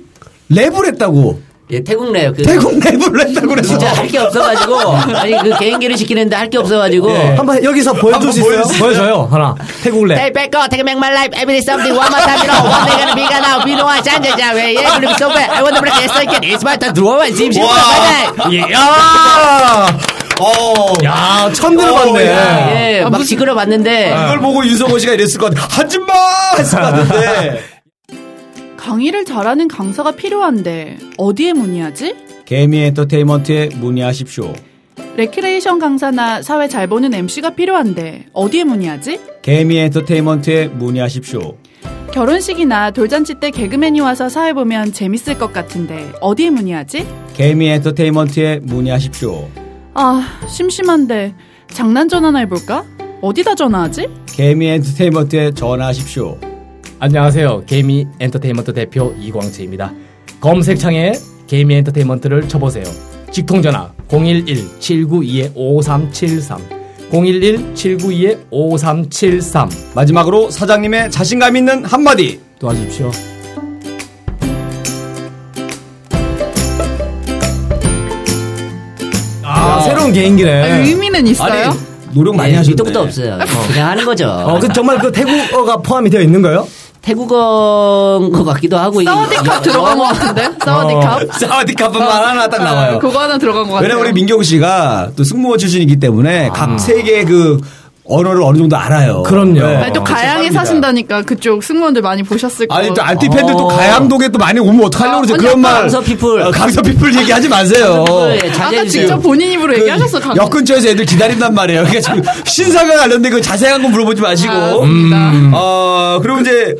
S1: 랩을 했다고
S4: 예, 태국 랩. 그
S1: 태국 랩을 했다고 그래서
S4: 진짜 할 게 없어가지고 아니 그 개인기를 시키는데 할 게 없어가지고
S1: 예.
S2: 예. 한번 여기서 보여줄 수
S1: 한번
S2: 있어요? 보여줘요. 하나. 태국 랩.
S4: Hey, back up, take back my life, every something, one more time, you know, one day gonna be gonna be no one, change, change, yeah, yeah, gonna be so bad, I wanna break it, so I can, it's my time, do one, zip, zip,
S1: 와.
S4: bye,
S2: 예.
S4: bye.
S1: 아.
S2: 야!
S1: 어.
S2: 야, 처음
S1: 오,
S2: 들어봤네.
S1: 야.
S4: 예, 막 지그러봤는데
S1: 이걸 보고 윤성호 씨가 이랬을 것 같아. 하지마 했을 것 같은데.
S3: 강의를 잘하는 강사가 필요한데 어디에 문의하지?
S5: 개미 엔터테인먼트에 문의하십시오.
S3: 레크레이션 강사나 사회 잘 보는 MC가 필요한데 어디에 문의하지?
S5: 개미 엔터테인먼트에 문의하십시오.
S3: 결혼식이나 돌잔치 때 개그맨이 와서 사회 보면 재밌을 것 같은데 어디에 문의하지?
S5: 개미 엔터테인먼트에 문의하십시오.
S3: 아 심심한데 장난 전화나 해볼까? 어디다 전화하지?
S5: 개미 엔터테인먼트에 전화하십시오.
S2: 안녕하세요. 개미 엔터테인먼트 대표 이광채입니다. 검색창에 개미 엔터테인먼트를 쳐보세요. 직통전화 011-792-5373 011-792-5373
S5: 마지막으로 사장님의 자신감 있는 한마디.
S2: 도와주십시오. 아, 새로운 개인기네.
S3: 아, 의미는 있어요?
S1: 노력 많이
S4: 예,
S1: 하셨네.
S4: 밑도 끝도 없어요. 그냥 하는 거죠.
S2: 어, 그 정말 그 태국어가 포함이 되어 있는 거예요?
S4: 태국어인 것 같기도 하고 이-
S3: 사와디캅 들어간 것 같은데? 사와디캅?
S1: 사와디카만 아, 하나 딱 나와요.
S3: 아, 그거 하나 들어간 것 같아요.
S1: 왜냐면 우리 민경 씨가 또 승무원 출신이기 때문에 각 세계의 그 언어를 어느 정도 알아요. 네.
S2: 그럼요.
S3: 아니, 또
S2: 어,
S3: 가양에
S1: 죄송합니다.
S3: 사신다니까 그쪽 승무원들 많이 보셨을 거예요.
S1: 아니 또 알티 팬들 또
S4: 어.
S1: 가양동에 또 많이 오면 어떡하려고 그러세요.
S3: 아니,
S1: 그런 말.
S4: 강서 피플.
S1: 어, 강서 피플 얘기하지 마세요.
S4: 예,
S3: 아까
S4: 자제해주세요.
S3: 직접 본인 입으로
S1: 그
S3: 얘기하셨어 강
S1: 역 근처에서 애들 기다린단 말이에요. 그러니까 지금 신사가 관련된 그 자세한 거 물어보지 마시고. 음.
S3: 아, 맞습니다.
S1: 어, 그리고 이제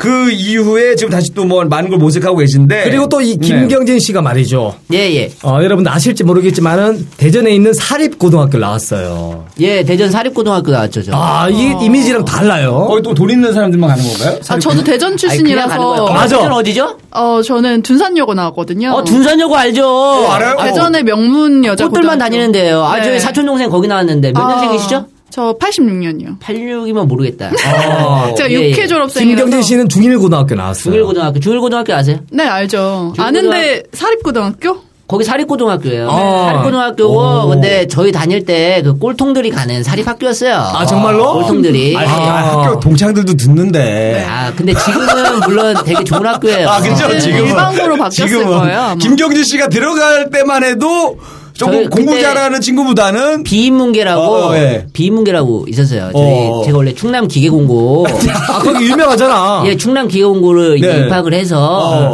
S1: 그 이후에 지금 다시 또 뭐 많은 걸 모색하고 계신데. 네.
S2: 그리고 또 이 김경진 씨가 말이죠.
S4: 예, 예.
S2: 어, 여러분 아실지 모르겠지만은 대전에 있는 사립고등학교 나왔어요.
S4: 예, 대전 사립고등학교 나왔죠, 저.
S2: 아, 이 이미지랑 달라요.
S1: 거기 또 돈 있는 사람들만 가는 건가요?
S3: 아, 저도 대전
S4: 아니, 그냥 가는 거예요.
S3: 출신이라서
S4: 어,
S2: 맞아.
S4: 대전 어디죠?
S3: 어 저는 둔산여고 나왔거든요.
S4: 어, 둔산여고 알죠?
S1: 알아요?
S3: 대전의 명문 여자
S4: 꽃들만
S3: 고등학교.
S4: 다니는데요. 아,
S3: 네.
S4: 저희 사촌 동생 거기 나왔는데 몇
S3: 아,
S4: 년생이시죠?
S3: 저 86년이요.
S4: 86이면 모르겠다.
S3: 제가
S4: 예, 예.
S3: 6회 졸업생이라서.
S2: 어. 김경진 씨는 중일고등학교 나왔어요.
S4: 중일고등학교, 중일고등학교 아세요?
S3: 네 알죠. 아는데 사립고등학교?
S4: 거기 사립고등학교예요.
S2: 아.
S4: 사립고등학교고 근데 저희 다닐 때 그 꼴통들이 가는 사립학교였어요.
S2: 아, 정말로?
S4: 꼴통들이.
S1: 아,
S4: 아,
S1: 학교 동창들도 듣는데.
S4: 근데 지금은 물론 되게 좋은 학교예요.
S1: 아, 그죠?
S3: 네,
S1: 지금은.
S3: 일반고로 바뀌었을 거예요, 아마.
S1: 김경진 씨가 들어갈 때만 해도
S4: 저희
S1: 조금
S4: 그때-
S1: 공부 잘하는 친구보다는
S4: 비인문계라고
S1: 어, 어, 예.
S4: 비인문계라고 있었어요. 저희
S1: 어, 어.
S4: 제가 원래 충남 기계공고
S2: 아, 거기 유명하잖아.
S4: 예, 충남 기계공고를 이제
S1: 네.
S4: 입학을 해서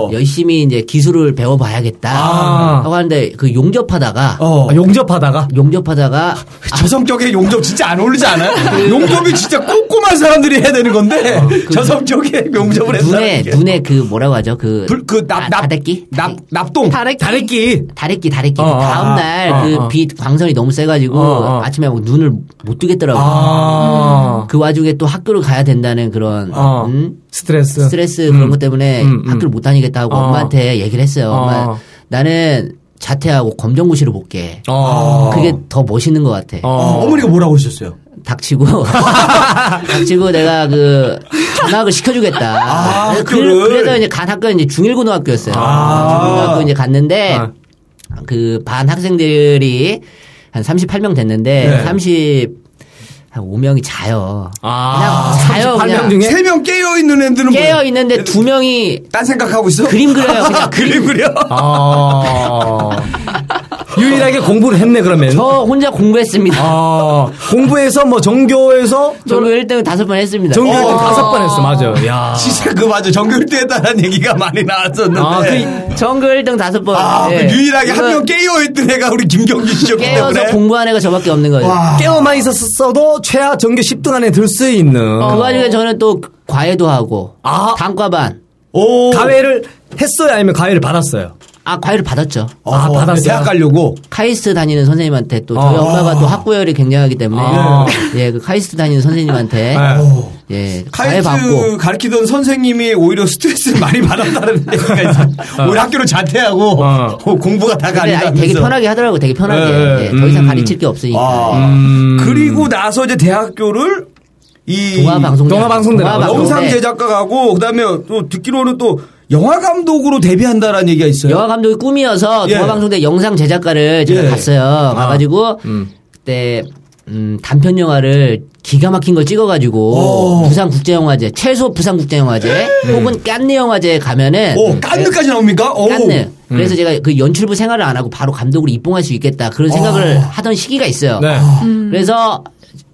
S1: 어.
S4: 열심히 이제 기술을 배워봐야겠다
S2: 아.
S4: 하고 하는데 그 용접하다가
S1: 어.
S2: 아, 용접하다가
S4: 용접하다가
S1: 저 성격에 용접 진짜 안 어울리지
S3: 네.
S1: 않아요? 용접이 진짜 꼼꼼한 사람들이 해야 되는 건데
S3: 아,
S1: 저 성격에 용접을 했어요.
S4: 눈에 눈에 그 뭐라고 하죠 그
S1: 불, 그 납,
S4: 아,
S1: 납,
S4: 다대끼
S1: 납, 납동.
S3: 다래끼.
S2: 다래끼.
S4: 다래끼 다래끼 그
S2: 어, 아,
S4: 다음 날
S2: 아,
S4: 그
S2: 아.
S4: 빛 광선이 너무 세가지고
S2: 어, 어.
S4: 아침에 막 눈을 못 뜨겠더라고요.
S2: 아.
S4: 그 와중에 또 학교를 가야 된다는 그런
S2: 어.
S4: 음?
S2: 스트레스.
S4: 스트레스 그런
S2: 음.
S4: 것 때문에
S2: 음, 음.
S4: 학교를 못 다니겠다 하고
S2: 어.
S4: 엄마한테 얘기를 했어요. 엄마,
S2: 어.
S4: 나는 자퇴하고 검정고시를 볼게.
S2: 어.
S4: 그게 더 멋있는 것 같아.
S2: 어.
S1: 어, 어머니가 뭐라고 하셨어요?
S4: 닥치고 닥치고 내가 그 전학을 시켜주겠다.
S1: 아,
S4: 그래서
S1: 학교를.
S4: 그, 래서 이제 간 학교는 이제 중일고등학교였어요.
S2: 아.
S4: 중일고등학교 이제 갔는데
S2: 아.
S4: 그 반 학생들이 한 38명 됐는데
S1: 네.
S4: 30 한 5명이 자요.
S2: 아.
S4: 그냥 자요
S2: 38명
S4: 그냥
S2: 중에? 예.
S1: 세 명 깨어있는 애들은
S4: 깨어
S1: 뭐예요?
S4: 있는데 두 명이
S1: 딴 생각하고 있어?
S4: 그림 그려요. 그냥
S1: 그림 그려?
S2: 아. 유일하게 공부를 했네 그러면.
S4: 저 혼자 공부했습니다.
S2: 아 공부해서 뭐 종교에서
S4: 전교 1등 다섯 번 했습니다.
S2: 종교
S1: 어.
S2: 다섯 번 했어 맞아요. 야.
S1: 진짜 그 맞아 정교 1등했다는 얘기가 많이 나왔었는데
S2: 아, 그-
S4: 어. 전교 1등 다섯 번.
S1: 아, 그
S4: 예.
S1: 유일하게 한
S4: 이거
S1: 명 깨어있던 애가 우리 김경진 씨였기
S4: 깨어서
S1: 때문에
S4: 공부한 애가 저밖에 없는 거예요.
S2: 깨어만 있었어도 최하 전교 10등 안에 들 수 있는
S4: 그 와중에 저는 또 과외도 하고
S2: 어. 아.
S4: 단과반
S1: 오.
S2: 과외를 했어요 아니면 과외를 받았어요.
S4: 아 과외를 받았죠.
S2: 아, 받았어요.
S1: 대학 가려고
S4: 카이스트 다니는 선생님한테 또 저희
S2: 아.
S4: 엄마가 또 학구열이 굉장하기 때문에
S2: 아.
S4: 예 그 카이스트 다니는 선생님한테 예 과외
S1: 네. 카이트
S4: 받고
S1: 가르치던 선생님이 오히려 스트레스를 많이 받았다는 얘기가 있어요. 오히려 학교를 자퇴하고
S2: 어.
S1: 어, 공부가 다가
S4: 근데
S1: 아니다.
S4: 아니, 되게 편하게 하더라고 되게 편하게
S1: 예,
S4: 예, 더 이상 가르칠 게 없으니까
S1: 아. 그리고 나서 이제 대학교를 이
S4: 음. 동화 방송
S2: 동화 방송대 나가죠.
S1: 영상 제작가 가고 그다음에 또 듣기로는 또 영화 감독으로 데뷔한다라는 얘기가 있어요.
S4: 영화 감독이 꿈이어서
S1: 네. 예.
S4: 동화 방송대 영상 제작과를 제가
S1: 예.
S4: 갔어요. 가가지고 그때 음, 단편 영화를 기가 막힌 걸 찍어가지고
S1: 오. 음.
S4: 부산 국제영화제 최소 부산 국제영화제 혹은 깐느 영화제에 가면은
S1: 오, 깐느까지 나옵니까? 오.
S4: 네.
S1: 음.
S4: 깐느. 그래서 제가 그 연출부 생활을 안 하고 바로 감독으로 입봉할 수 있겠다 그런
S1: 아.
S4: 생각을 하던 시기가 있어요.
S2: 네.
S4: 음. 그래서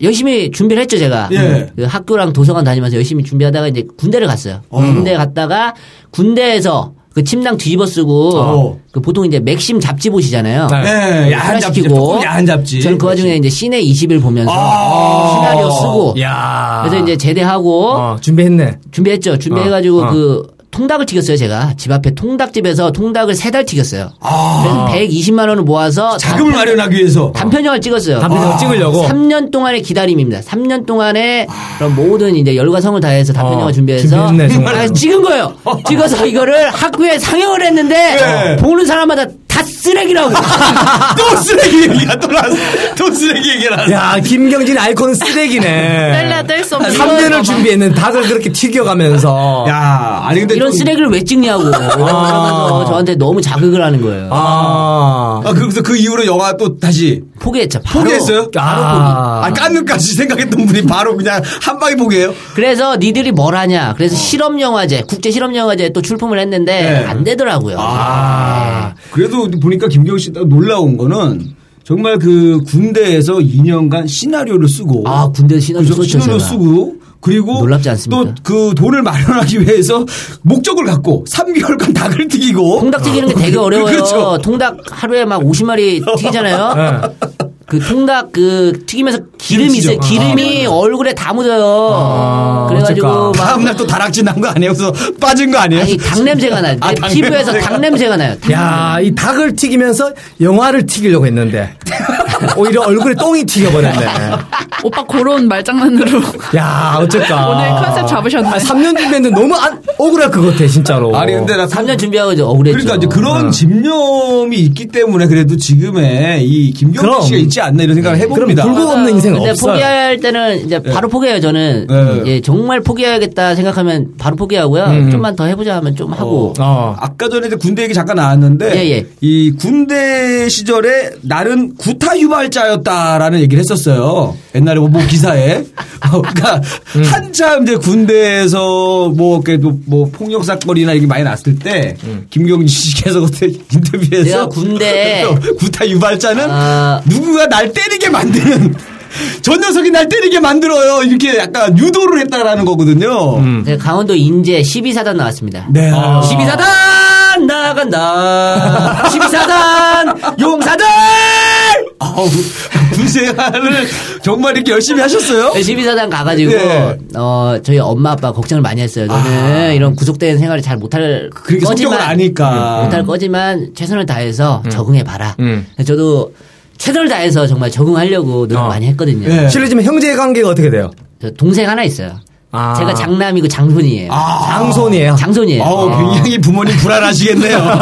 S4: 열심히 준비를 했죠 제가
S1: 예.
S4: 그 학교랑 도서관 다니면서 열심히 준비하다가 이제 군대를 갔어요. 군대 갔다가 군대에서 그 침낭 뒤집어 쓰고
S1: 어.
S4: 그 보통 이제 맥심 잡지 보시잖아요.
S2: 네.
S1: 네, 야한 잡지.
S4: 시키고
S1: 조금 야한 잡지. 아.
S4: 저는 그 와중에 이제 시내 20일 보면서 시나리오 쓰고
S2: 어. 야.
S4: 그래서 이제 제대하고
S2: 어, 준비했네.
S4: 준비했죠. 준비해가지고
S2: 어, 어.
S4: 그 통닭을 튀겼어요. 제가 집 앞에 통닭집에서 통닭을 세 달 튀겼어요. 그래서 120만 원을 모아서
S1: 아. 자금을 마련하기 위해서
S4: 단편 영화를 찍었어요.
S2: 단편을 찍으려고.
S4: 3년 동안의 기다림입니다. 3년 동안의 그런 모든 이제 열과 성을 다해서 단편
S2: 어,
S4: 영화 준비해서
S2: 준비했네, 정말.
S4: 아, 찍은 거예요. 찍어서 이거를 학교에 상영을 했는데
S1: 예.
S4: 보는 사람마다 다 쓰레기라고. 아.
S1: 또 쓰레기 얘기가 또 나왔어. 또 쓰레기 얘기가 나왔어.
S2: 야 김경진 아이콘
S3: 뗄래야
S2: 쓰레기네.
S3: 뗄 수 없는.
S2: 3년을 준비했는 닭을 그렇게 튀겨가면서.
S1: 야, 아니 근데
S4: 이런
S1: 좀-
S4: 쓰레기를 왜 찍냐고. 그러면서 저한테 너무 자극을 하는 거예요.
S2: 아.
S1: 아, 그래서 그 이후로 영화 또 다시
S4: 포기했죠. 바로.
S1: 포기했어요?
S4: 바로 포기.
S2: 아.
S1: 아, 깐느까지 생각했던 분이 바로 그냥 한 방에 보게요.
S4: 그래서 니들이 뭘 하냐. 그래서 실험 영화제, 국제 실험 영화제 또 출품을 했는데
S1: 네.
S4: 안 되더라고요.
S1: 아, 그래도 보니까 김경 씨 놀라운 거는 정말 그 군대에서 2년간 시나리오를 쓰고
S4: 아, 군대에서 시나리오
S1: 그죠?
S4: 썼죠,
S1: 시나리오
S4: 제가.
S1: 쓰고 그리고
S4: 놀랍지 않습니까?
S1: 또 그 돈을 마련하기 위해서 목적을 갖고 3개월간 닭을 튀기고
S4: 통닭 튀기는 게 되게
S1: 그-
S4: 어려워요.
S1: 그렇죠.
S4: 통닭 하루에 막 50마리
S2: 네.
S4: 튀기잖아요. 그 통닭 그 튀기면서 기름이
S1: 기름지죠. 아,
S4: 있어요. 기름이 얼굴에 다 묻어요.
S2: 아,
S4: 그래가지고
S2: 어쩔까.
S4: 막
S1: 다음날 또 다락질 난 거 아니에요? 그래서 빠진 거 아니에요?
S4: 아니 닭 냄새가 나요. 내
S1: 아, 닭
S4: 피부에서
S1: 냄새가.
S4: 닭 냄새가 나요. 닭
S2: 야, 이 닭을 튀기면서 영화를 튀기려고 했는데 오히려 얼굴에 똥이 튀겨버렸네.
S3: 오빠 그런 말장난으로.
S2: 야, 어쩔까. 아,
S3: 오늘 컨셉 잡으셨네.
S2: 3년 준비했는데 너무 안, 억울할 것 같아, 진짜로.
S1: 아니 근데 나
S4: 3년 준비하고 이제 억울했죠.
S1: 그러니까 이제 그런 집념이 있기 때문에 그래도 지금의 이 김경진
S2: 그럼.
S1: 씨가 있지 않나 이런 생각을 해봅니다.
S2: 불구 없는 인생
S4: 근데
S2: 없어요.
S4: 포기할 때는 이제 바로 포기해요 저는
S1: 예.
S4: 예, 정말 포기해야겠다 생각하면 바로 포기하고요
S1: 음.
S4: 좀만 더 해보자 하면 좀 하고
S2: 어.
S1: 아까 전에 이제 군대 얘기 잠깐 나왔는데
S4: 예, 예.
S1: 이 군대 시절에 나는 구타 유발자였다라는 얘기를 했었어요. 옛날에 뭐 기사에 그러니까
S4: 음.
S1: 한참 이제 군대에서 뭐 그래도 뭐 폭력 사건이나 이게 많이 났을 때 김경진 씨께서 그때 인터뷰에서
S4: 음. 내가 군대에
S1: 구타 유발자는
S4: 아.
S1: 누군가 날 때리게 만드는 저 녀석이 날 때리게 만들어요 이렇게 약간 유도를 했다라는 거거든요.
S4: 제가 네, 강원도 인제 12사단 나왔습니다.
S1: 음. 네.
S4: 12사단 나간다. 12사단 용사들.
S1: 어우, 군생활을 정말 이렇게 열심히 하셨어요?
S4: 12사단 네, 가가지고
S1: 네.
S4: 어 저희 엄마 아빠 걱정을 많이 했어요. 너는 이런 구속된 생활을 잘 못할 예,
S1: 그렇게 성격을 아니까. 음.
S4: 못할 거지만 최선을 다해서 적응해 봐라. 저도 최선을 다해서 정말 적응하려고 노력 많이 했거든요.
S1: 네.
S2: 실례지만 형제 관계가 어떻게 돼요?
S4: 저 동생 하나 있어요.
S2: 아.
S4: 제가 장남이고 장손이에요.
S1: 아.
S2: 장손이에요.
S4: 아, 장손이에요.
S1: 어우, 굉장히 부모님 불안하시겠네요.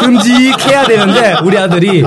S2: 끔찍해야 되는데 우리 아들이 에?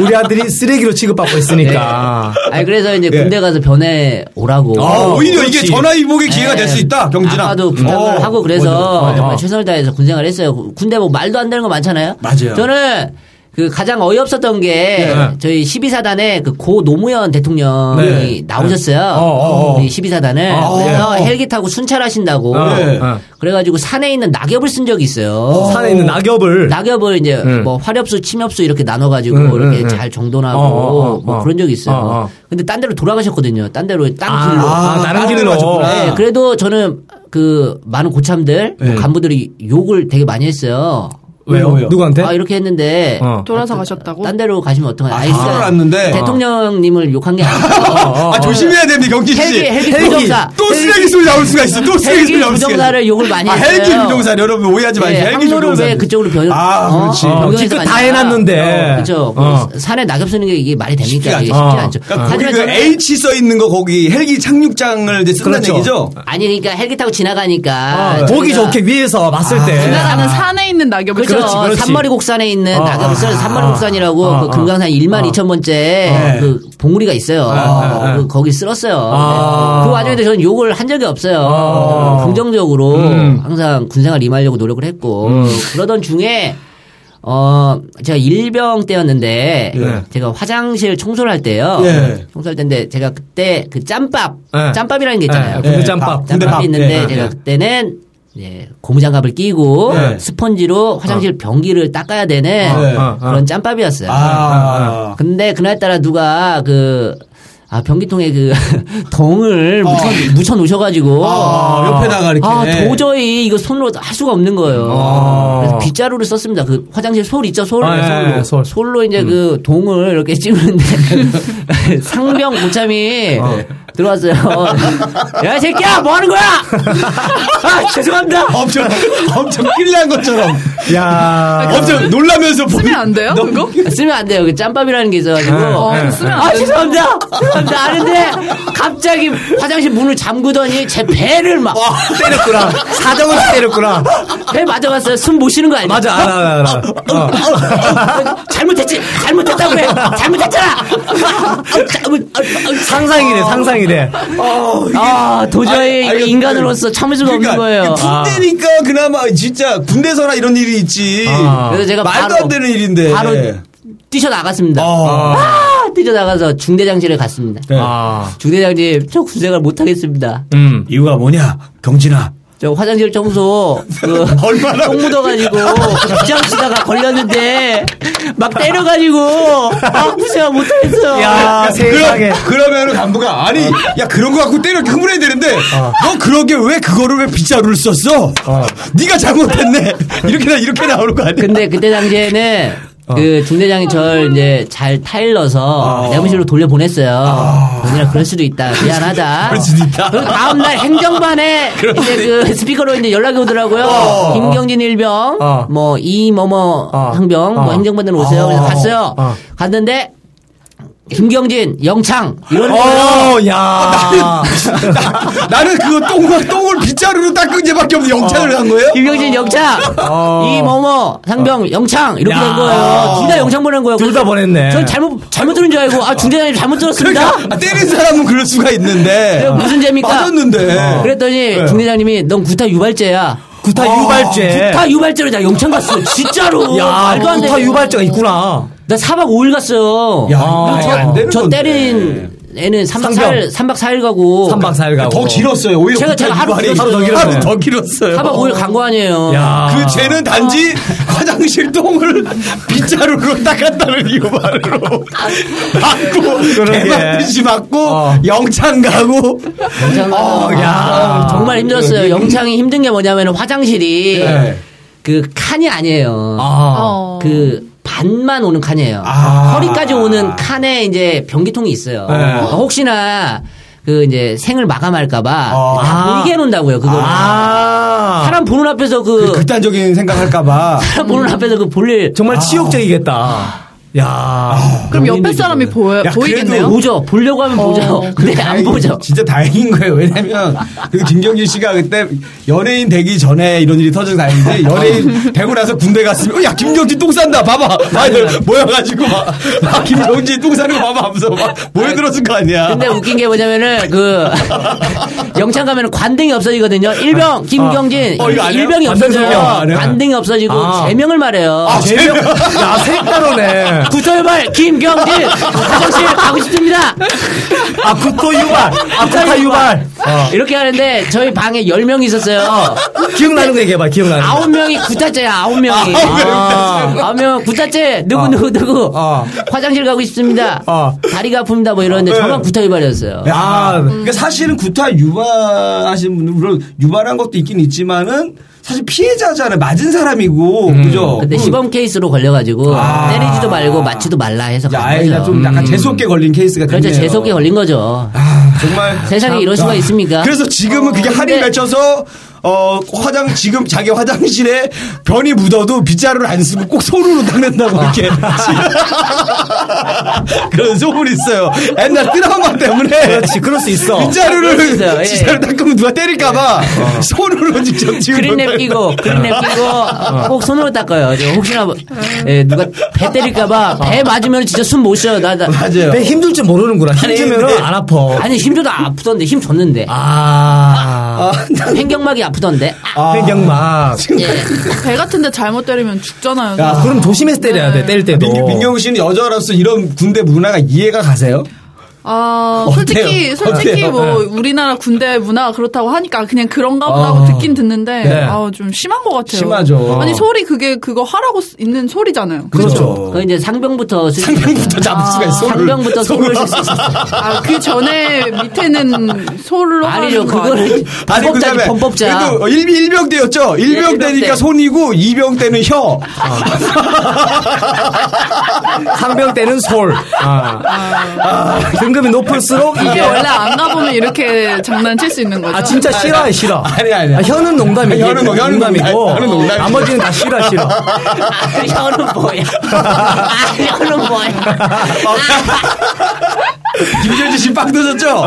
S2: 우리 아들이 쓰레기로 취급받고 있으니까.
S4: 아니 그래서 이제 군대 가서 변해 오라고.
S1: 네. 아, 오히려 이게
S2: 그렇지.
S1: 전화위복의 기회가
S4: 네.
S1: 될 수 있다, 경진아.
S4: 아까도
S1: 어.
S4: 부탁을 하고 그래서
S2: 맞아. 어, 어.
S4: 정말 최선을 다해서 군생활 했어요. 군대 뭐 말도 안 되는 거 많잖아요.
S1: 맞아요.
S4: 저는 그 가장 어이없었던 게 저희 12사단에 그 고 노무현 대통령이
S2: 네.
S4: 나오셨어요.
S2: 어, 어, 어.
S4: 우리 12사단을
S2: 어,
S4: 그래서
S2: 어.
S4: 헬기 타고 순찰하신다고
S2: 네.
S4: 그래가지고 산에 있는 낙엽을 쓴 적이 있어요.
S2: 산에 있는 낙엽을
S4: 낙엽을 이제
S2: 음.
S4: 뭐 활엽수, 침엽수 이렇게 나눠가지고
S2: 음,
S4: 이렇게
S2: 음, 음.
S4: 잘 정돈하고
S2: 어, 어, 어,
S4: 뭐
S2: 어.
S4: 그런 적이 있어요.
S2: 어, 어.
S4: 근데 딴 데로 돌아가셨거든요. 딴 데로 딴
S2: 아,
S4: 길로.
S2: 아, 다른 길로.
S1: 아.
S4: 네, 그래도 저는 그 많은 고참들
S1: 예.
S4: 뭐 간부들이 욕을 되게 많이 했어요.
S2: 왜요?
S1: 왜요?
S2: 누구한테?
S4: 아 이렇게 했는데
S2: 어.
S3: 돌아서 가셨다고?
S4: 딴 데로 가시면 어떡하냐.
S1: 아,
S4: 아이스-
S1: 사람을 왔는데?
S4: 대통령님을 욕한 게 아니고 어,
S1: 아, 조심해야 됩니다, 경기 씨. 어,
S4: 헬기 헬기
S2: 헬기.
S4: 부정사
S1: 또 쓰레기 소리 나올 수가 있어. 또 쓰레기
S4: 헬기
S1: 소리 나올 수가 있어.
S4: 부정사를 욕을 많이
S1: 아,
S4: 했어요.
S1: 헬기 부정사 여러분 오해하지 마세요.
S4: 예,
S1: 헬기
S4: 항로를
S1: 부정사.
S4: 왜 그쪽으로 변?
S1: 아, 그렇지.
S2: 어,
S4: 변경해서
S2: 직접 다
S4: 가냐.
S2: 해놨는데.
S4: 어, 그죠.
S2: 어.
S4: 뭐 산에 낙엽 쓰는 게 이게 말이 됩니까?
S1: 쉽지가
S4: 이게 쉽지
S2: 않죠. 어.
S4: 않죠.
S1: 그러니까 거기
S4: 하지만
S1: 그
S4: 저는
S1: H 써 있는 거 거기 헬기 착륙장을 이제 쓴다는
S2: 그렇죠.
S1: 얘기죠.
S4: 아니 그러니까 헬기 타고 지나가니까
S2: 어, 보기
S4: 저희가-
S2: 좋게 위에서 봤을 때. 아,
S3: 지나가는 산에 있는 낙엽을
S4: 예. 그렇죠.
S3: 그렇지, 그렇지.
S4: 산머리 곡산에 있는
S2: 어,
S4: 낙엽을
S2: 어,
S4: 써서 산머리
S2: 어,
S4: 곡산이라고
S2: 어,
S4: 그
S2: 어. 네.
S4: 금강산 1만 2천 번째 그 봉우리가 있어요.
S2: 어, 어.
S4: 그 거기 쓸었어요.
S2: 아.
S4: 그 와중에도 저는 욕을 한 적이 없어요.
S2: 어.
S4: 긍정적으로
S2: 음.
S4: 항상 군생활 임하려고 노력을 했고 그러던 중에 어 제가 일병 때였는데
S2: 예.
S4: 제가 화장실 청소를 할 때요.
S1: 예.
S4: 청소할 때인데 제가 그때 그 짬밥,
S2: 예.
S4: 짬밥이라는 게 있잖아요.
S2: 예, 군대
S1: 예,
S2: 짬밥.
S1: 밥. 군대
S4: 짬밥이 그 있는데
S1: 예,
S4: 제가
S1: 예.
S4: 그때는 예, 고무장갑을 끼고
S1: 예.
S4: 스펀지로 화장실 변기를 닦아야 되는
S1: 예.
S2: 어, 어.
S4: 그런 짬밥이었어요.
S1: 아.
S4: 근데 그날따라 누가 그 아, 변기통에 그 동을 묻혀, 묻혀 놓으셔가지고
S1: 아, 옆에다가 이렇게.
S4: 아, 도저히 이거 손으로 할 수가 없는 거예요.
S2: 아.
S4: 그래서 빗자루를 썼습니다. 그 화장실 솔 있죠, 솔.
S2: 아, 예, 예, 솔.
S4: 솔로. 솔로 이제 그 동을 이렇게 찌르는데 그 상병 고참이 들어왔어요. 야, 이 새끼야, 뭐 하는 거야? 아, 죄송합니다.
S1: 엄청 엄청 낄란 것처럼
S2: 아. 야.
S1: 엄청 놀라면서
S3: 쓰면 안 돼요? 그거?
S4: 쓰면 안 돼요. 그 짬밥이라는 게 있어가지고.
S3: 어,
S2: 예.
S3: 쓰면 안
S4: 아,
S3: 돼요.
S4: 죄송합니다. 죄송합니다. 아는데, 갑자기 화장실 문을 잠그더니 제 배를 막,
S2: 아, 때렸구나. 사정을 때렸구나.
S4: 배 맞아봤어요. 숨 못 쉬는 거 알죠?
S2: 맞아, 알아, 알아, 알아. 어.
S4: 잘못했지. 잘못했다고 해. 잘못했잖아.
S2: 상상이래, 상상이래.
S4: 아, 도저히
S1: 아니, 아니,
S4: 인간으로서 참을 수가
S1: 그러니까
S4: 없는 거예요.
S1: 군대니까 그나마 진짜 군대서나 이런 일이 있지.
S2: 아.
S4: 어. 그래서 제가
S1: 말도
S4: 바로-
S1: 안 되는 일인데.
S4: 바로 뛰쳐 나갔습니다.
S1: 어.
S4: 아, 뛰쳐 나가서 중대장실에 갔습니다.
S1: 네.
S2: 아.
S4: 중대장님, 저 군생활 못하겠습니다.
S2: 음.
S1: 이유가 뭐냐? 경진아.
S4: 저 화장실 청소 그
S1: 얼마나-
S4: 똥 묻어가지고 부장치다가 걸렸는데 막 때려가지고 아 구세가 못하겠어.
S2: 야, 세상에.
S1: 그러, 면은 간부가 아니 야 그런 거 갖고 때려 이렇게 흥분해야 되는데
S4: 아.
S1: 너 그러게 왜 그거를 왜 빗자루를 썼어? 네가 잘못했네. 이렇게나 이렇게 나오는 거 아니야?
S4: 근데 그때 당시에는 그 중대장이 절 이제 잘 타일러서 내무실로 돌려 보냈어요. 오늘은 그럴 수도 있다. 미안하다.
S1: 그럴 수도 있다.
S4: 그리고 다음 날 행정반에 이제 그 스피커로 이제 연락이 오더라고요. 김경진 일병,
S2: 어.
S4: 뭐 이뭐뭐
S2: 어.
S4: 항병, 뭐
S2: 어.
S4: 행정반으로 오세요. 그래서
S2: 어.
S4: 갔어요.
S2: 어.
S4: 갔는데 김경진, 영창 이런
S2: 어, 야.
S1: 나는 그거 똥과 똥을 빗자루로 닦은 죄밖에 없는 영창을 한 거예요?
S4: 김경진 영창,
S2: 어.
S4: 이모모 상병 영창 이렇게
S2: 야.
S4: 된 거예요. 둘 다 영창 보낸 거예요.
S2: 둘다
S4: 그래서
S2: 보냈네.
S4: 전 잘못 잘못 들은 줄 알고 아 중대장님 잘못 들었습니다.
S1: 그러니까 때린 사람은 그럴 수가 있는데
S4: 그래서
S1: 아,
S4: 무슨 재미가?
S1: 맞았는데
S4: 그랬더니 중대장님이 넌 구타 유발죄야.
S2: 어. 구타 유발죄.
S4: 구타 유발죄로 나 영창 갔어. 진짜로.
S2: 야,
S4: 말도 안 돼.
S2: 구타 유발죄가 있구나.
S4: 나 4박 5일 갔어요.
S1: 야,
S2: 아,
S1: 이게
S4: 저,
S1: 안 되는
S4: 저
S1: 건데.
S4: 때린 애는 3박
S2: 상병.
S4: 4일, 3박 4일 가고.
S2: 3박 4일 가고.
S1: 더 길었어요. 오히려
S4: 제가- 제가 하루
S1: 말이
S4: 길었어요.
S2: 하루 더 길었어요.
S1: 하루 더 길었어요.
S4: 4박 5일 간 거 아니에요.
S2: 야.
S1: 그 죄는 단지 화장실 똥을 빗자루로 닦았다는 이유만으로 맞고
S2: 그러게.
S1: 개막듯이 맞고
S2: 어.
S1: 영창 가고
S4: 영창 가서
S1: 어, 야.
S4: 정말 힘들었어요. 영창이 힘든 게 뭐냐면 화장실이
S1: 네.
S4: 그 칸이 아니에요.
S2: 아.
S3: 어.
S4: 그 반만 오는 칸이에요.
S1: 아.
S4: 허리까지 오는 칸에 이제 변기통이 있어요. 그러니까
S2: 네.
S4: 혹시나 그 이제 생을 마감할까봐
S1: 어.
S4: 다 보이게 해놓는다고요. 그거를
S2: 아.
S4: 사람 보는 앞에서 그,
S1: 극단적인 생각할까봐
S4: 사람 보는 앞에서 그 볼일
S2: 정말 치욕적이겠다. 야.
S3: 그럼 옆에
S4: 본인들이
S3: 사람이 보여,
S1: 야,
S3: 보이겠네요?
S1: 그래도
S4: 보죠. 보려고 하면 보죠.
S3: 어.
S4: 근데 네, 안
S1: 다행히-
S4: 보죠.
S1: 진짜 다행인 거예요. 왜냐면 그 김경진 씨가 그때 연예인 되기 전에 이런 일이 터져서 다행인데 연예인 되고 나서 군대 갔으면 어, 야 김경진 똥 싼다 봐봐. 아들
S4: 네.
S1: 모여가지고 막 아, 김경진 똥 싸는 거 봐봐 하면서 막 모여들었을 거 아니야.
S4: 근데 웃긴 게 뭐냐면은 그 영창 가면은 관등이 없어지거든요. 일병 김경진
S1: 아. 어, 이거 안 해요?
S4: 일병이
S1: 관등성명 안
S4: 없어져요.
S1: 해요?
S4: 관등이 없어지고
S2: 아.
S4: 제명을 말해요.
S2: 제명. 야, 색다르네.
S4: 구절발 김경진 화장실 가고 싶습니다.
S2: 아, 국토 유발. 아, 국토 유발.
S1: 어.
S4: 이렇게 하는데 저희 방에 10명이 있었어요.
S2: 기억나는 거 얘기해봐, 기억나는 거.
S4: 아홉 명이 구타째야 아홉 명이
S2: 아.
S4: 아홉 명 구타째
S1: 어.
S4: 누구 누구 누구
S2: 아.
S4: 화장실 가고 싶습니다
S2: 아.
S4: 다리가 아픕니다 뭐 이러는데 저만 구타 유발이었어요
S1: 어, 네. 야,
S4: 음.
S1: 그러니까 사실은 구타 유발하신 분들 물론 유발한 것도 있긴 있지만은 사실 피해자잖아요. 맞은 사람이고 그죠?
S4: 근데
S1: 음.
S4: 시범 케이스로 걸려가지고
S1: 아.
S4: 때리지도 말고 맞지도 말라 해서
S1: 야,
S4: 간
S1: 아이가
S4: 거죠
S1: 좀 약간 재수없게 걸린 케이스가
S4: 음. 그렇죠
S1: 됐네요.
S4: 재수없게 걸린 거죠
S1: 아, 정말 아.
S4: 세상에 이럴 수가 있습니까 어,
S1: 그래서 지금은 그게 할인
S4: 근데-
S1: 맺혀서 어 화장 지금 자기 화장실에 변이 묻어도 빗자루를 안 쓰고 꼭 손으로 닦는다고 이렇게 그런 소문이 있어요. 옛날 트라우마 때문에
S2: 그렇지, 그럴 수 있어.
S4: 그렇죠. 그럴 수
S1: 빗자루를
S4: 있어요. 예. 어.
S1: 빗자루 닦으면 누가 때릴까봐 손으로 직접 지금
S4: 그린랩 끼고 그린랩
S1: 아.
S4: 끼고 꼭 손으로 닦아요 저 혹시나 뭐- 예, 누가 배 때릴까봐 배 맞으면 진짜 숨 못 쉬어요 나, 나
S1: 아. 맞아요.
S2: 내 힘들 줄 모르는구나. 힘주면은 안 아파.
S4: 아니 힘줘도 아프던데 힘 줬는데
S2: 아.
S4: 횡격막이 아프던데 아,
S2: 횡경막.
S3: 배 같은데 잘못 때리면 죽잖아요. 네.
S2: 야, 그럼 조심해서 때려야 돼, 때릴 때도.
S1: 민- 민경 씨는 여자로서 이런 군대 문화가 이해가 가세요?
S3: 아,
S1: 어때요?
S3: 솔직히, 솔직히
S1: 어때요?
S3: 뭐,
S2: 네.
S3: 우리나라 군대 문화가 그렇다고 하니까 그냥 그런가 보다
S1: 어.
S2: 아.
S3: 하고 듣긴 듣는데,
S1: 네.
S3: 아우, 좀 심한 것 같아요.
S1: 심하죠.
S3: 아니, 소리 그게 그거 하라고 쓰- 있는 소리잖아요.
S1: 그렇죠.
S4: 그 이제 상병부터 쓸
S1: 상병부터 잡을 수가 있어. 손을.
S4: 상병부터 아, 손을 쓸수 있었어요.
S3: 아, 그 전에 밑에는 소리로
S4: 아니죠
S3: 하는 거 아니에요?
S4: 그거는
S1: 아니
S4: 범법자지
S1: 그다음에
S4: 범법자.
S1: 그래도 1, 병대였죠
S4: 일병
S1: 1병
S4: 때.
S1: 때니까 손이고 2병 때는 혀.
S2: 상병 때는 솔. 아. 등급이 높을수록
S3: 이게
S2: 이게.
S3: 원래 안 가보면 이렇게 장난칠 수 있는 거죠.
S2: 아, 진짜 싫어요, 싫어.
S1: 아니, 아니, 아니.
S2: 혀는 농담이고.
S1: 혀는 농- 혀는
S2: 농담이고.
S1: 농담, 혀는 농담이죠.
S2: 나머지는 다 싫어, 싫어.
S4: 아, 혀는 뭐야 아, 혀는 뭐야
S1: 김재진 씨빵 터졌죠?